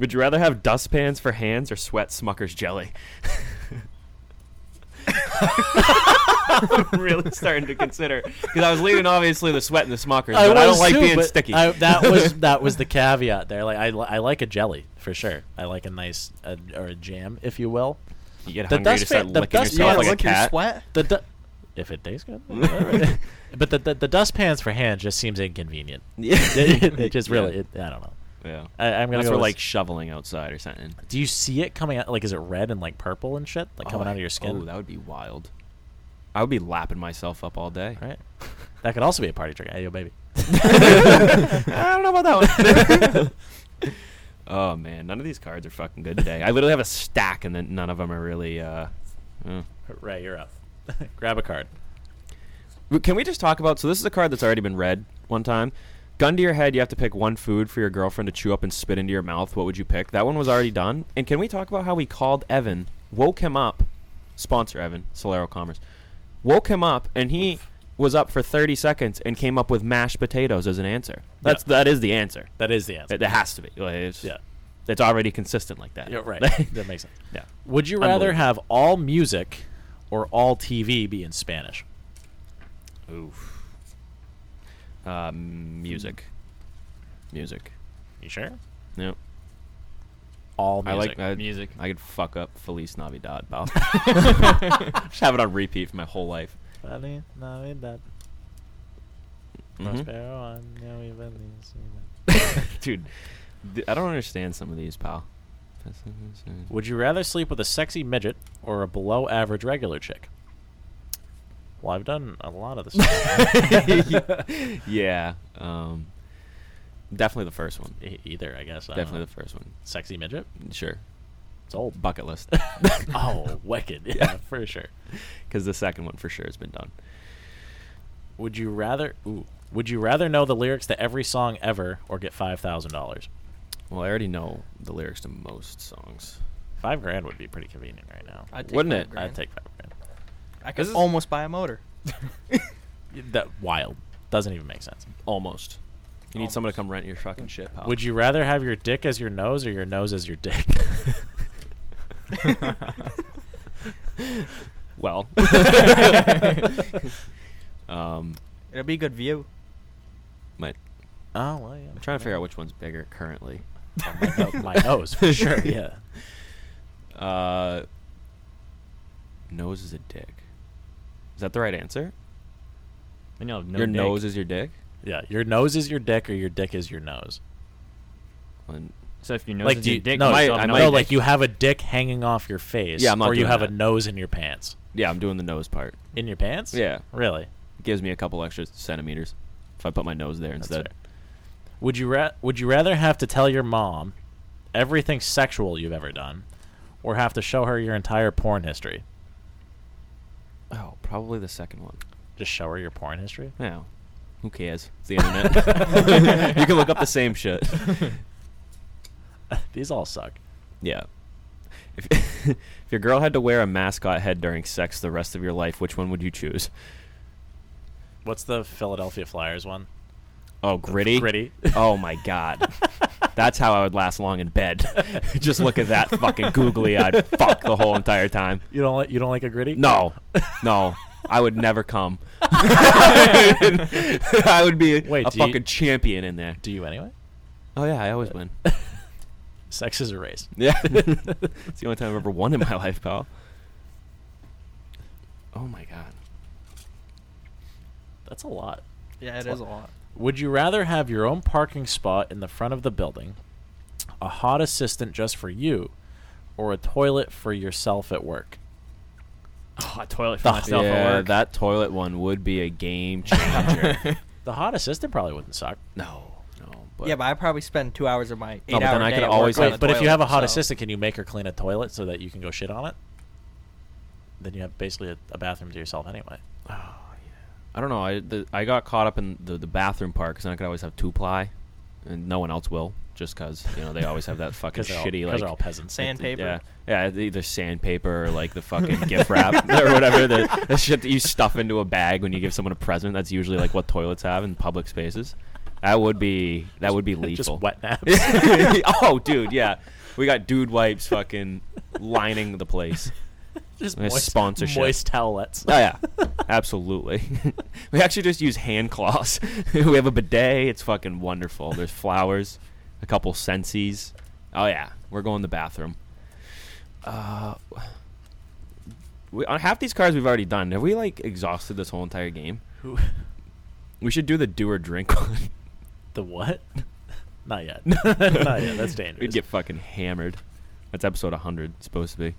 Would you rather have dustpans for hands or sweat Smucker's jelly? I'm really starting to consider because I was leaning obviously the sweat and the Smucker's, but I don't was like too, being but sticky. I- that was that was the caveat there. Like I, li- I like a jelly for sure. I like a nice uh, or a jam, if you will. You get hungry, you just start licking yourself pan- like a Lick your cat. sweat? The du- if it tastes good. alright. but the, the the dust pans for hand just seems inconvenient. Yeah. it, it just really. Yeah. It, I don't know. yeah, I, I'm gonna Unless go we're with- like shoveling outside or something. Do you see it coming out? Like, is it red and like purple and shit, like coming Oh, out of your skin? Oh, that would be wild. I would be lapping myself up all day. Right. That could also be a party trick. Hey, yo, baby. I don't know about that one. oh man, none of these cards are fucking good today. I literally have a stack, and then none of them are really. Uh, mm. Right, you're up. Grab a card. But Can we just talk about? So this is a card that's already been read one time. Gun to your head, you have to pick one food for your girlfriend to chew up and spit into your mouth. What would you pick? That one was already done. And can we talk about how we called Evan, woke him up, sponsor Evan, Solero Commerce, woke him up, and he was up for 30 seconds and came up with mashed potatoes as an answer. That's that is the answer. That is the answer. It, it has to be. Like, it's- Yeah. that's already consistent like that. Yeah, right. that makes sense. Yeah. Would you rather Unbelievable. have all music or all TV be in Spanish? Oof. Um, music. Music. You sure? Yep. All I like music. I, music. I could fuck up Feliz Navidad, pal. Just have it on repeat for my whole life. Vale, Navidad. Mm-hmm. Mhm. Prospero año y felicidad. Dude, th- I don't understand some of these, pal. Would you rather sleep with a sexy midget or a below average regular chick? Well, I've done a lot of this. yeah. Um, definitely the first one. E- Either, I guess. I don't Definitely know. the first one. Sexy midget? Sure. It's old. Bucket list. oh, wicked. Yeah, for sure. Because the second one for sure has been done. Would you rather ooh, would you rather know the lyrics to every song ever or get $5,000? Well, I already know the lyrics to most songs. 5 grand would be pretty convenient right now. I'd take Wouldn't five it? grand. I'd take 5 grand. I This could is- almost buy a motor. That wild. Doesn't even make sense. Almost. You need someone to come rent your fucking shit, pal. Would you rather have your dick as your nose or your nose as your dick? Well. um, It'll be a good view. might. oh, well, yeah. I'm trying to figure out which one's bigger currently. my, no- my nose for sure. Yeah. Uh, nose is a dick. Is that the right answer? I know, no your dick. nose is your dick. Yeah, your nose is your dick or your dick is your nose. And So if your nose like is do your you, dick, no, you I, still have I no no, dick. like you have a dick hanging off your face Yeah, I'm not or you doing have a that. nose in your pants. yeah, I'm doing the nose part. In your pants? Yeah, Really? gives me a couple extra centimeters if I put my nose there instead. Would you ra- would you rather have to tell your mom everything sexual you've ever done or have to show her your entire porn history? Oh, probably the second one. Just show her your porn history? No, who cares? It's the internet. you can look up the same shit. These all suck. Yeah. If, if your girl had to wear a mascot head during sex the rest of your life, which one would you choose? What's the Philadelphia Flyers one? Oh, gritty. Gritty. Oh my god. That's how I would last long in bed. Just look at that fucking googly eyed fuck the whole entire time. You don't like you don't like a gritty? No, no, I would never come. I would be Wait, a do you- fucking champion in there. Do you anyway? Oh yeah, I always win. Sex is a race. Yeah, it's the only time I've ever won in my life, pal. Oh my god. That's a lot. Yeah, it is a lot. Would you rather have your own parking spot in the front of the building, a hot assistant just for you, or a toilet for yourself at work? oh, a toilet for myself at yeah, work. that toilet one would be a game changer. The hot assistant probably wouldn't suck. no, no, but yeah, but I probably spend two hours of my eight No, but hour then I day could at always work on have- the But if you toilet, have a hot so- assistant, can you make her clean a toilet so that you can go shit on it? Then you have basically a, a bathroom to yourself anyway. I don't know. I the, I got caught up in the, the bathroom part because I could always have two ply, and no one else will, just because you know they always have that fucking 'Cause they're all- shitty 'cause like they're all peasants. Sandpaper. Yeah, yeah, it's either sandpaper or like the fucking gift wrap or whatever the, the shit that you stuff into a bag when you give someone a present. That's usually like what toilets have in public spaces. That would be that would be Just lethal. wet naps. oh, dude, yeah, we got dude wipes fucking lining the place. just Nice moist, sponsorship. moist towelettes. Oh yeah, absolutely. we actually just use hand cloths. we have a bidet. It's fucking wonderful. There's flowers, a couple sensies. Oh yeah, we're going to the bathroom. Uh, we, on half these cards we've already done. Have we like exhausted this whole entire game? Who- We should do the do or drink one. the what? Not yet. Not yet. Oh, That's dangerous. We'd get fucking hammered. That's episode 100. It's supposed to be.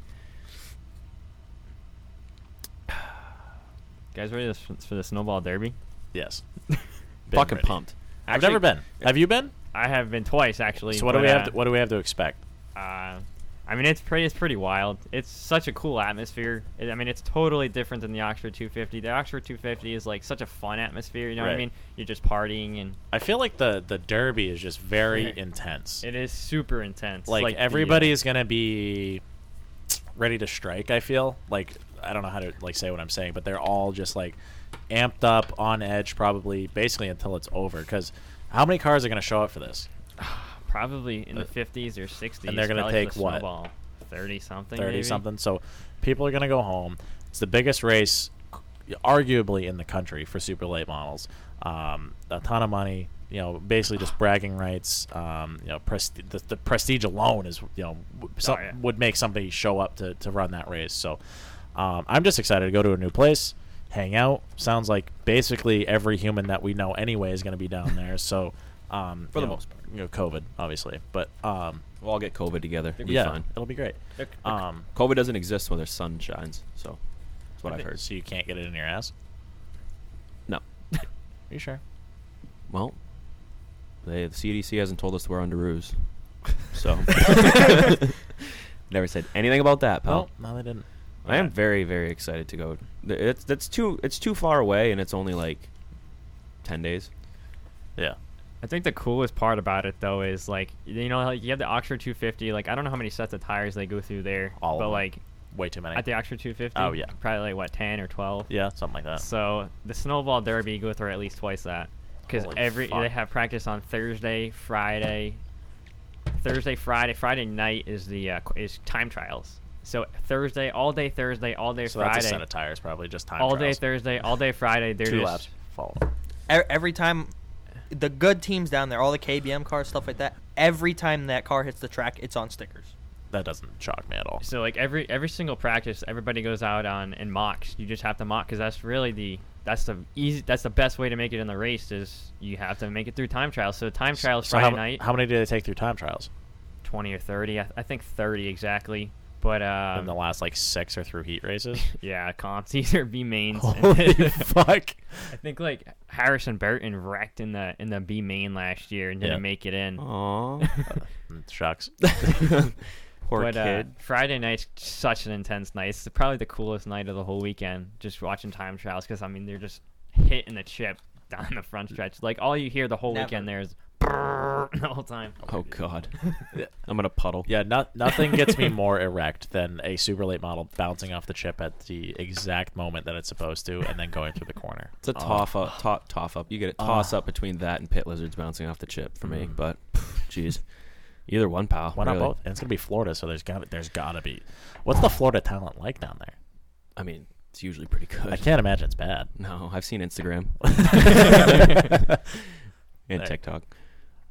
Guys, ready this- for the snowball derby? yes. Been fucking ready. pumped. I've never been. Have you been? I have been twice actually. So what do but, we have? uh, To, what do we have to expect? uh, I mean, it's pretty. It's pretty wild. It's such a cool atmosphere. It, I mean, it's totally different than the Oxford 250. The Oxford 250 is like such a fun atmosphere. You know what Right. I mean? You're just partying, and I feel like the the derby is just very Okay. intense. it is super intense. like, the, uh, everybody is gonna be ready to strike. I feel like I don't know how to like say what I'm saying, but they're all just like amped up, on edge, probably basically until it's over. Because how many cars are gonna show up for this? probably in the 50s or 60s. Uh, and they're gonna probably for take the what? Snowball, 30 something. 30 maybe? something. So people are going to go home. It's the biggest race, c- arguably, in the country for super late models. Um, a ton of money. You know, basically just bragging rights. Um, you know, presti- the, the prestige alone is you know Oh, w- some, would make somebody show up to, to run that race. So um, I'm just excited to go to a new place, hang out. Sounds like basically every human that we know anyway is going to be down there. So um, For you the know, most part, you know, COVID obviously, but um, we'll all get COVID together. It'll be yeah, fine. it'll be great. Um, COVID doesn't exist when the sun shines, so that's what I've heard. So you can't get it in your ass. No. Are you sure? Well, they, the CDC hasn't told us we're on ruse, so never said anything about that, pal. No, no, they didn't. I am very, very excited to go. Th- It's that's too it's too far away, and it's only like ten days. Yeah. I think the coolest part about it though is like you know like you have the Oxford 250 like I don't know how many sets of tires they go through there All of but them. like way too many at the Oxford 250 Oh, yeah. probably like what 10 or 12 Yeah, something like that. so the snowball derby go through at least twice that because Holy every fuck. they have practice on Thursday Friday Thursday Friday Friday night is the uh, qu- is time trials so Thursday all day Thursday all day So Friday that's a set of tires, probably just time. all trials. day Thursday all day Friday they're Two just laps. Follow. E- every time the good teams down there, all the KBM cars, stuff like that, every time that car hits the track, it's on stickers. That doesn't shock me at all. So like every every single practice, everybody goes out on and mocks. You just have to mock because that's really the that's the easy that's the best way to make it in the race is you have to make it through time trials. So time trials So Friday how, night, how many do they take through time trials? twenty or thirty, I, I think thirty exactly. But In um, the last like six or through heat races? yeah, comps these are B mains. and- Holy fuck! I think like Harrison Burton wrecked in the in the B main last year and didn't Yeah. Oh. make it in. Aww. Hmm, Shucks. Poor but, uh, kid. Friday night's such an intense night. It's probably the coolest night of the whole weekend. Just watching time trials because I mean they're just hitting the chip down the front stretch. Like all you hear the whole Never. weekend there is the whole time. Oh God, I'm gonna puddle. Yeah, not, nothing gets me more erect than a super late model bouncing off the chip at the exact moment that it's supposed to, and then going through the corner. It's a Oh. Ah. toff up, top, toff up. You get a toss up between that and pit lizards bouncing off the chip for me. But jeez, either one, pal. Mm. Why really. not both? And it's gonna be Florida, so there's got to there's gotta be. What's the Florida talent like down there? I mean, it's usually pretty good. I can't imagine it's bad. No, I've seen Instagram and There. TikTok.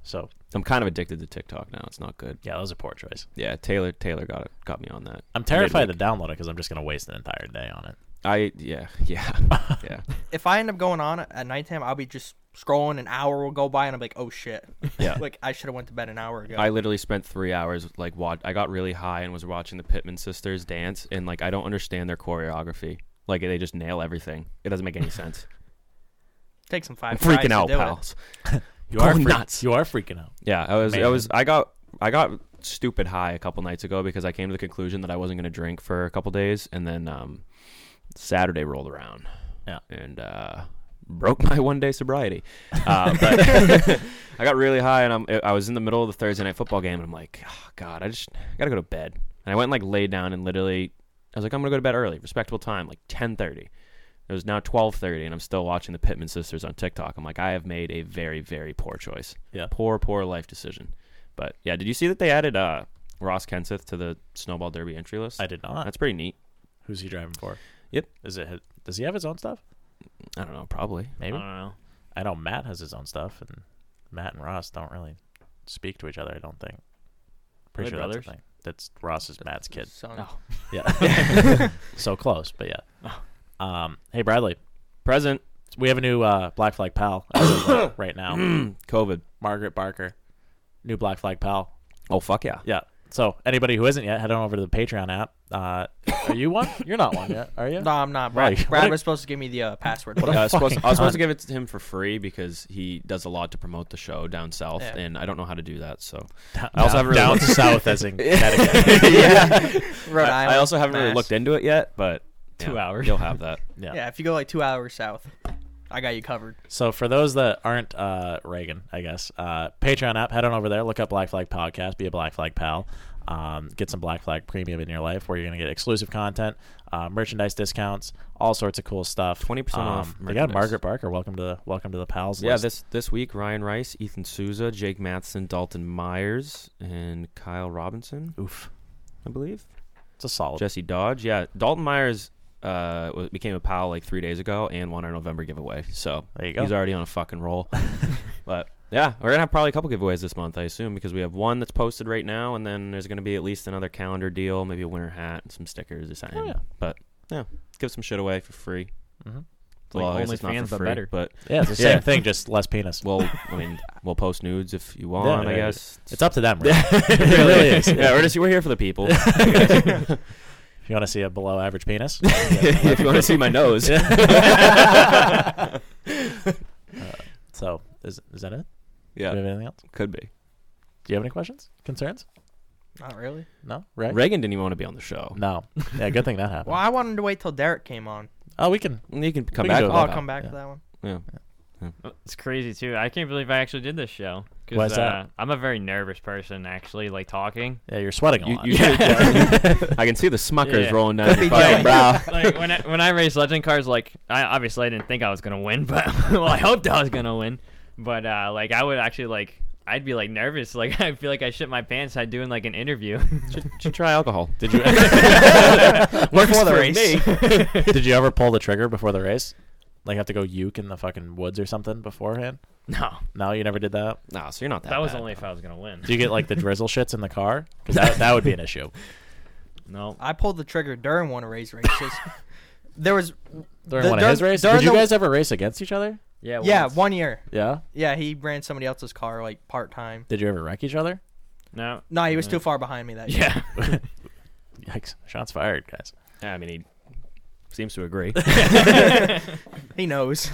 So I'm kind of addicted to TikTok now. It's not good. yeah, that was a poor choice. Yeah, Taylor Taylor got it, got me on that. I'm terrified Midweek. to download it because I'm just gonna waste an entire day on it. I yeah yeah yeah If I end up going on at nighttime, I'll be just scrolling. An hour will go by, and I'm like, oh shit, Yeah. like I should have went to bed an hour ago. I literally spent three hours like watch. I got really high and was watching the Pittman sisters dance, and like I don't understand their choreography. Like they just nail everything. It doesn't make any sense. Take some I'm five. tries freaking to out, do it. pals. You are Going freak- nuts. You are freaking out. Yeah, I was. I Man. was. I got. I got stupid high a couple nights ago because I came to the conclusion that I wasn't going to drink for a couple days, and then um, Saturday rolled around. Yeah. And uh, broke my one day sobriety. Uh, but I got really high, and I'm. I was in the middle of the Thursday night football game, and I'm like, oh, God, I just I gotta go to bed. And I went and like laid down and literally, I was like, I'm gonna go to bed early, respectable time, like 10:30. It was now 12:30, and I'm still watching the Pittman sisters on TikTok. I'm like, I have made a very, very poor choice. Yeah. Poor, poor life decision. But yeah, did you see that they added uh, Ross Kenseth to the Snowball Derby entry list? I did not. That's pretty neat. Who's he driving for? Yep. Is it? his- Does he have his own stuff? I don't know. Probably. I Maybe. don't know. I know Matt has his own stuff, and Matt and Ross don't really speak to each other. I don't think. Pretty they sure that's brothers? the thing. That's Ross is Matt's kid. Son. Oh. Yeah. so close, but yeah. Um, hey Bradley, Present. we have a new uh, Black Flag pal as of, like, right now. COVID. Margaret Barker, new Black Flag pal. Oh fuck yeah. Yeah. So anybody who isn't yet, head on over to the Patreon app. Uh, are you one? You're not one yet, are you? No, I'm not. Brad, Right. What Brad a- was supposed to give me the uh, password. Yeah, I was, supposed, fucking I was supposed cunt. to give it to him for free because he does a lot to promote the show down south, Yeah. and I don't know how to do that. So Down- I also haven't really down looked- south as in Connecticut. yeah. Rhode I- I Island, also haven't really Mass. looked into it yet, but Two yeah, hours. You'll have that. Yeah. Yeah, if you go like two hours south, I got you covered. So for those that aren't uh, Reagan, I guess uh, Patreon app, head on over there, look up Black Flag Podcast, be a Black Flag pal. Um, get some Black Flag Premium in your life, where you're going to get exclusive content, uh, merchandise discounts, all sorts of cool stuff. Twenty 20% off They got merchandise. Margaret Barker. Welcome to the welcome to the pals. Yeah, list. this this week Ryan Rice, Ethan Souza, Jake Matheson, Dalton Myers, and Kyle Robinson. Oof, I believe it's a solid. Jesse Dodge, yeah, Dalton Myers uh, w- became a pal like three days ago and won our November giveaway. So there you go. He's already on a fucking roll. but yeah, we're gonna have probably a couple giveaways this month, I assume, because we have one that's posted right now, and then there's gonna be at least another calendar deal, maybe a winter hat, and some stickers or something. Oh, yeah. But yeah, give some shit away for free. Mhm. It's a lot- I Like guess it's not OnlyFans, for but free, better. But Yeah, it's the same thing, just less penis. Well, I mean, we'll post nudes if you want. Yeah, I yeah, guess it's up to them, really. It really is. Yeah, we're just we're here for the people. if you want to see a below average penis, If you wanna see my nose. Yeah. Uh, so is is that it? Yeah. Do you have anything else? Could be. Do you have any questions, concerns? Not really. No, right? Reagan didn't even want to be on the show. No. Yeah, good thing that happened. Well, I wanted to wait till Derek came on. Oh, we can. You can come we back. do Oh, it. I'll come back to that one. Yeah. It's crazy too. I can't believe I actually did this show. 'Cause, Why's that? uh, I'm a very nervous person, actually, like talking. Yeah, you're sweating a You- lot. you should- I can see the smuckers rolling down your fucking brow. like when I, when I race legend cars, like I obviously I didn't think I was gonna win, but well, I hoped I was gonna win. But uh, like I would actually like I'd be like nervous, like I feel like I shit my pants. I doing like an interview. should try alcohol. Did you? Works Before for me. Did you ever pull the trigger before the race? Like have to go uke in the fucking woods or something beforehand? No. No, you never did that. No, so you're not That was only if I was gonna win. Do you get like the drizzle shits in the car? Because that, that would be an issue. No. I pulled the trigger during one of Ray's races. there was During the- one of his races, during did you the- guys ever race against each other? Yeah. yeah, one year. Yeah? Yeah, he ran somebody else's car like part time. Did you ever wreck each other? No. No, he was too far behind me that year. Yikes! Shots fired, guys. I mean, he seems to agree. he knows.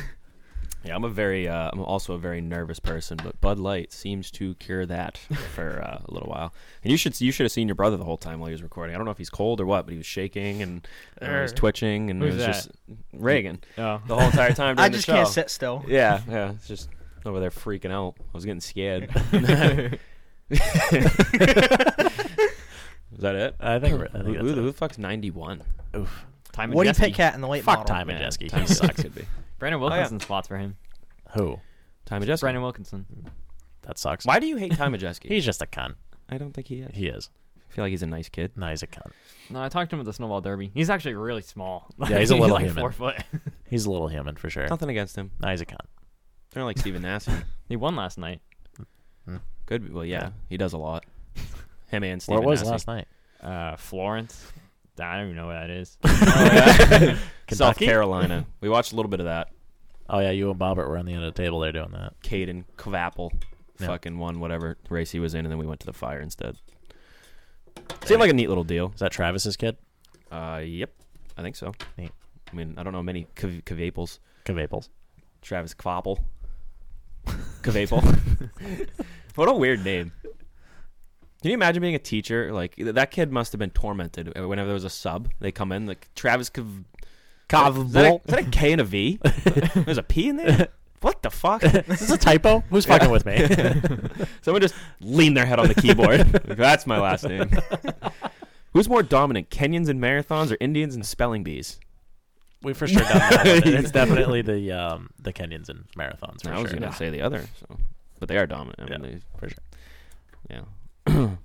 Yeah, I'm a very, uh, I'm also a very nervous person, but Bud Light seems to cure that for uh, a little while. And you should, you should have seen your brother the whole time while he was recording. I don't know if he's cold or what, but he was shaking and uh, he was Err. twitching, and Er, Who's it was that? just Reagan Oh. the whole entire time. I during the just can't show. sit still. Yeah, yeah, it's just over there freaking out. I was getting scared. Is that it? I think we're- I think who, that's who, it. who the fuck's 91? Oof. Time Woody Pitcat in the late Fuck model. time and Yeah, Jeske. Time He and Jeske sucks. could be. Brandon yeah. Wilkinson spots for him. Who? Time Majeski. Brandon Wilkinson. That sucks. Why do you hate Time Majeski? He's just a cunt. I don't think he is. He is. I feel like he's a nice kid. No, he's a cunt. No, I talked to him at the snowball derby. He's actually really small. Yeah, he's a little like human. four foot. He's a little human for sure. Nothing against him. No, he's a cunt. They're like Steven Nassie. he won last night. Could be. Well, yeah, Yeah. he does a lot. Him and Where Steven was Nassie. last night? Uh, Florence. I don't even know what that is. South Kentucky? Carolina. we watched a little bit of that. Oh yeah, you and Bobbert were on the end of the table there doing that. Caden Kvapple Yeah. fucking won whatever race he was in, and then we went to the fire instead. Seemed like a neat little deal. Is that Travis's kid? Uh, yep, I think so. Neat. I mean, I don't know many Kv- Kvaples. Kavaples. Travis Kvapple. Kvaple. what a weird name. Can you imagine being a teacher? Like th- that kid must have been tormented whenever there was a sub. They come in like Travis Kav. Is that, a, is that a K and a V? There's a P in there. What the fuck? Is this a typo? Who's fucking with me? Someone just lean their head on the keyboard. Like, That's my last name. Who's more dominant, Kenyans in marathons or Indians in spelling bees? we for sure done that. one. It's definitely the um, the Kenyans and marathons for I was sure. gonna say the other, so. but they are dominant. I mean, they, for sure. yeah.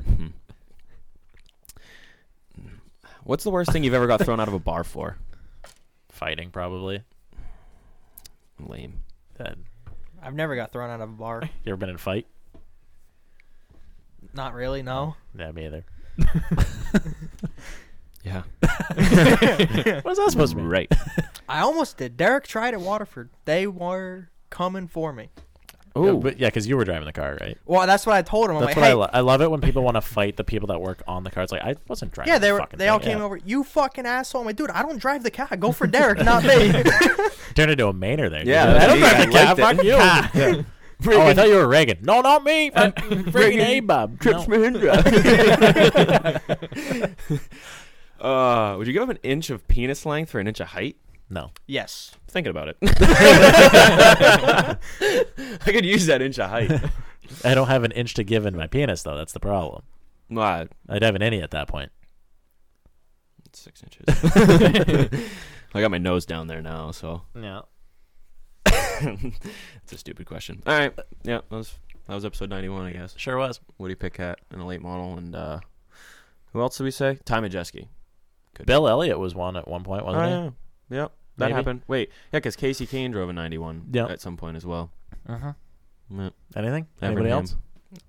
Hmm. What's the worst thing you've ever got thrown out of a bar for? Fighting probably. Lame. That- I've never got thrown out of a bar. You ever been in a fight? Not really, no. Yeah, me either. Yeah. What is that supposed to be? Right. I almost did. Derek tried at Waterford. They were coming for me. Yeah, Oh, but yeah, because you were driving the car, right? Well, that's what I told him. I'm like, That's what hey, I, lo- I love it when people want to fight the people that work on the car. It's like I wasn't driving. yeah, the they were. fucking They all thing. came Yeah. over. You fucking asshole! I'm like, dude, I don't drive the car. Go for Derek, not me. Turned into a maner there. Yeah, dude. that's I don't me. drive I the cab. liked it. Fuck you. Oh, I thought you were Reagan. No, not me. I'm Freaking A Bob. No. uh, would you give up an inch of penis length for an inch of height? no. yes. Thinking about it, I could use that inch of height. I don't have an inch to give in my penis though. That's the problem. Why? I'd have an innie at that point. Six inches. I got my nose down there now, so yeah. it's a stupid question. All right, yeah, that was that was episode ninety one, I guess. Sure was. Woody Pickett and a late model, and uh, who else did we say? Ty Majeski. Bill Elliott was one at one point, wasn't Oh, he? yeah. Yep. That Maybe. happened. Wait, yeah, because Casey Kane drove a 91 Yeah. at some point as well. Uh-huh. Yeah. Anything? Anybody Everingham. else?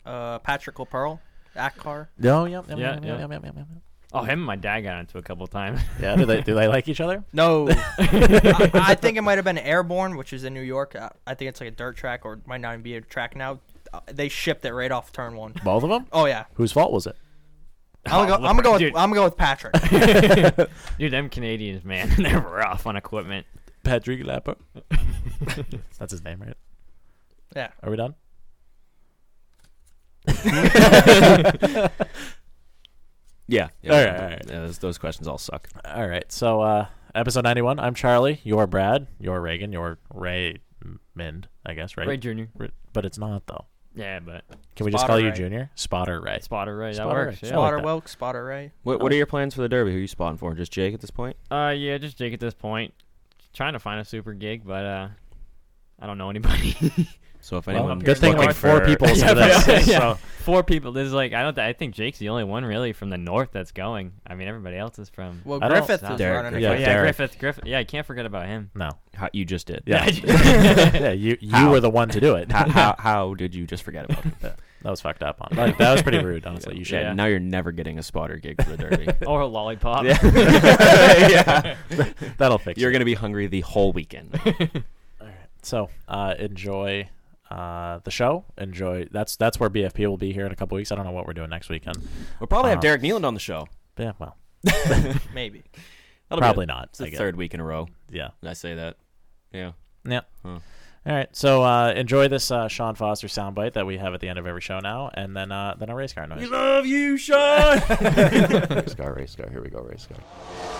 Uh, Patrick O'Pearl, Akbar. No, yep, Yeah, yep, yeah, yep, yeah, yep, yep, yep, Oh, him and my dad got into a couple times. Yeah, do they- do they like each other? No, I, I think it might have been Airborne, which is in New York. I, I think it's like a dirt track, or it might not even be a track now. Uh, They shipped it right off turn one. Both of them? Oh yeah. Whose fault was it? I'm gonna go. I'm gonna go with. I'm gonna go with Patrick. Dude, them Canadians, man, they're rough on equipment. Patrick Lapper. That's his name, right? Yeah. Are we done? Yeah. yeah. All right, all right. Yeah, those, those questions all suck. All right. So, uh, episode 91. I'm Charlie. You're Brad. You're Reagan. You're Ray Mind, I guess, right? Ray Jr.. Ri- But it's not, though. Yeah, but Can we just Spotter call you Ray. Junior? Spotter Ray. Spotter Ray, that works, yeah. I like Spotter that. Wilk, Spotter Ray. What, what are your plans for the Derby? Who are you spotting for? Just Jake at this point? Uh, yeah, just Jake at this point. Trying to find a super gig, but uh, I don't know anybody. So if Well, anyone, up good here in thing, like, North- four people listen to this, yeah, yeah. so- Four people. There's like I don't. I think Jake's the only one really from the north that's going. I mean, everybody else is from. Well, I don't- Griffith South. is Derek running Yeah, Griffith. Yeah, Derek. Griffith. Griffith. Yeah, I can't forget about him. No. How, you just did. Yeah. yeah, you you How? were the one to do it. how, how, how did you just forget about him? that was fucked up. On like, that was pretty rude, honestly. You should. Yeah, now you're never getting a spotter gig for the Derby. Or a lollipop. Yeah. Yeah. That'll fix You're going to be hungry the whole weekend. So uh, enjoy uh, the show. Enjoy. That's that's where BFP will be here in a couple weeks. I don't know what we're doing next weekend. We'll probably have Uh, Derek Nealand on the show. Yeah, well, Maybe. That'll be probably it. not. It's the I guess. third week in a row. Yeah. Did I say that? Yeah. Yeah. Huh. All right. So uh, enjoy this uh, Sean Foster soundbite that we have at the end of every show now, and then uh, then a race car noise. love you, Sean. race car, race car. Here we go, race car.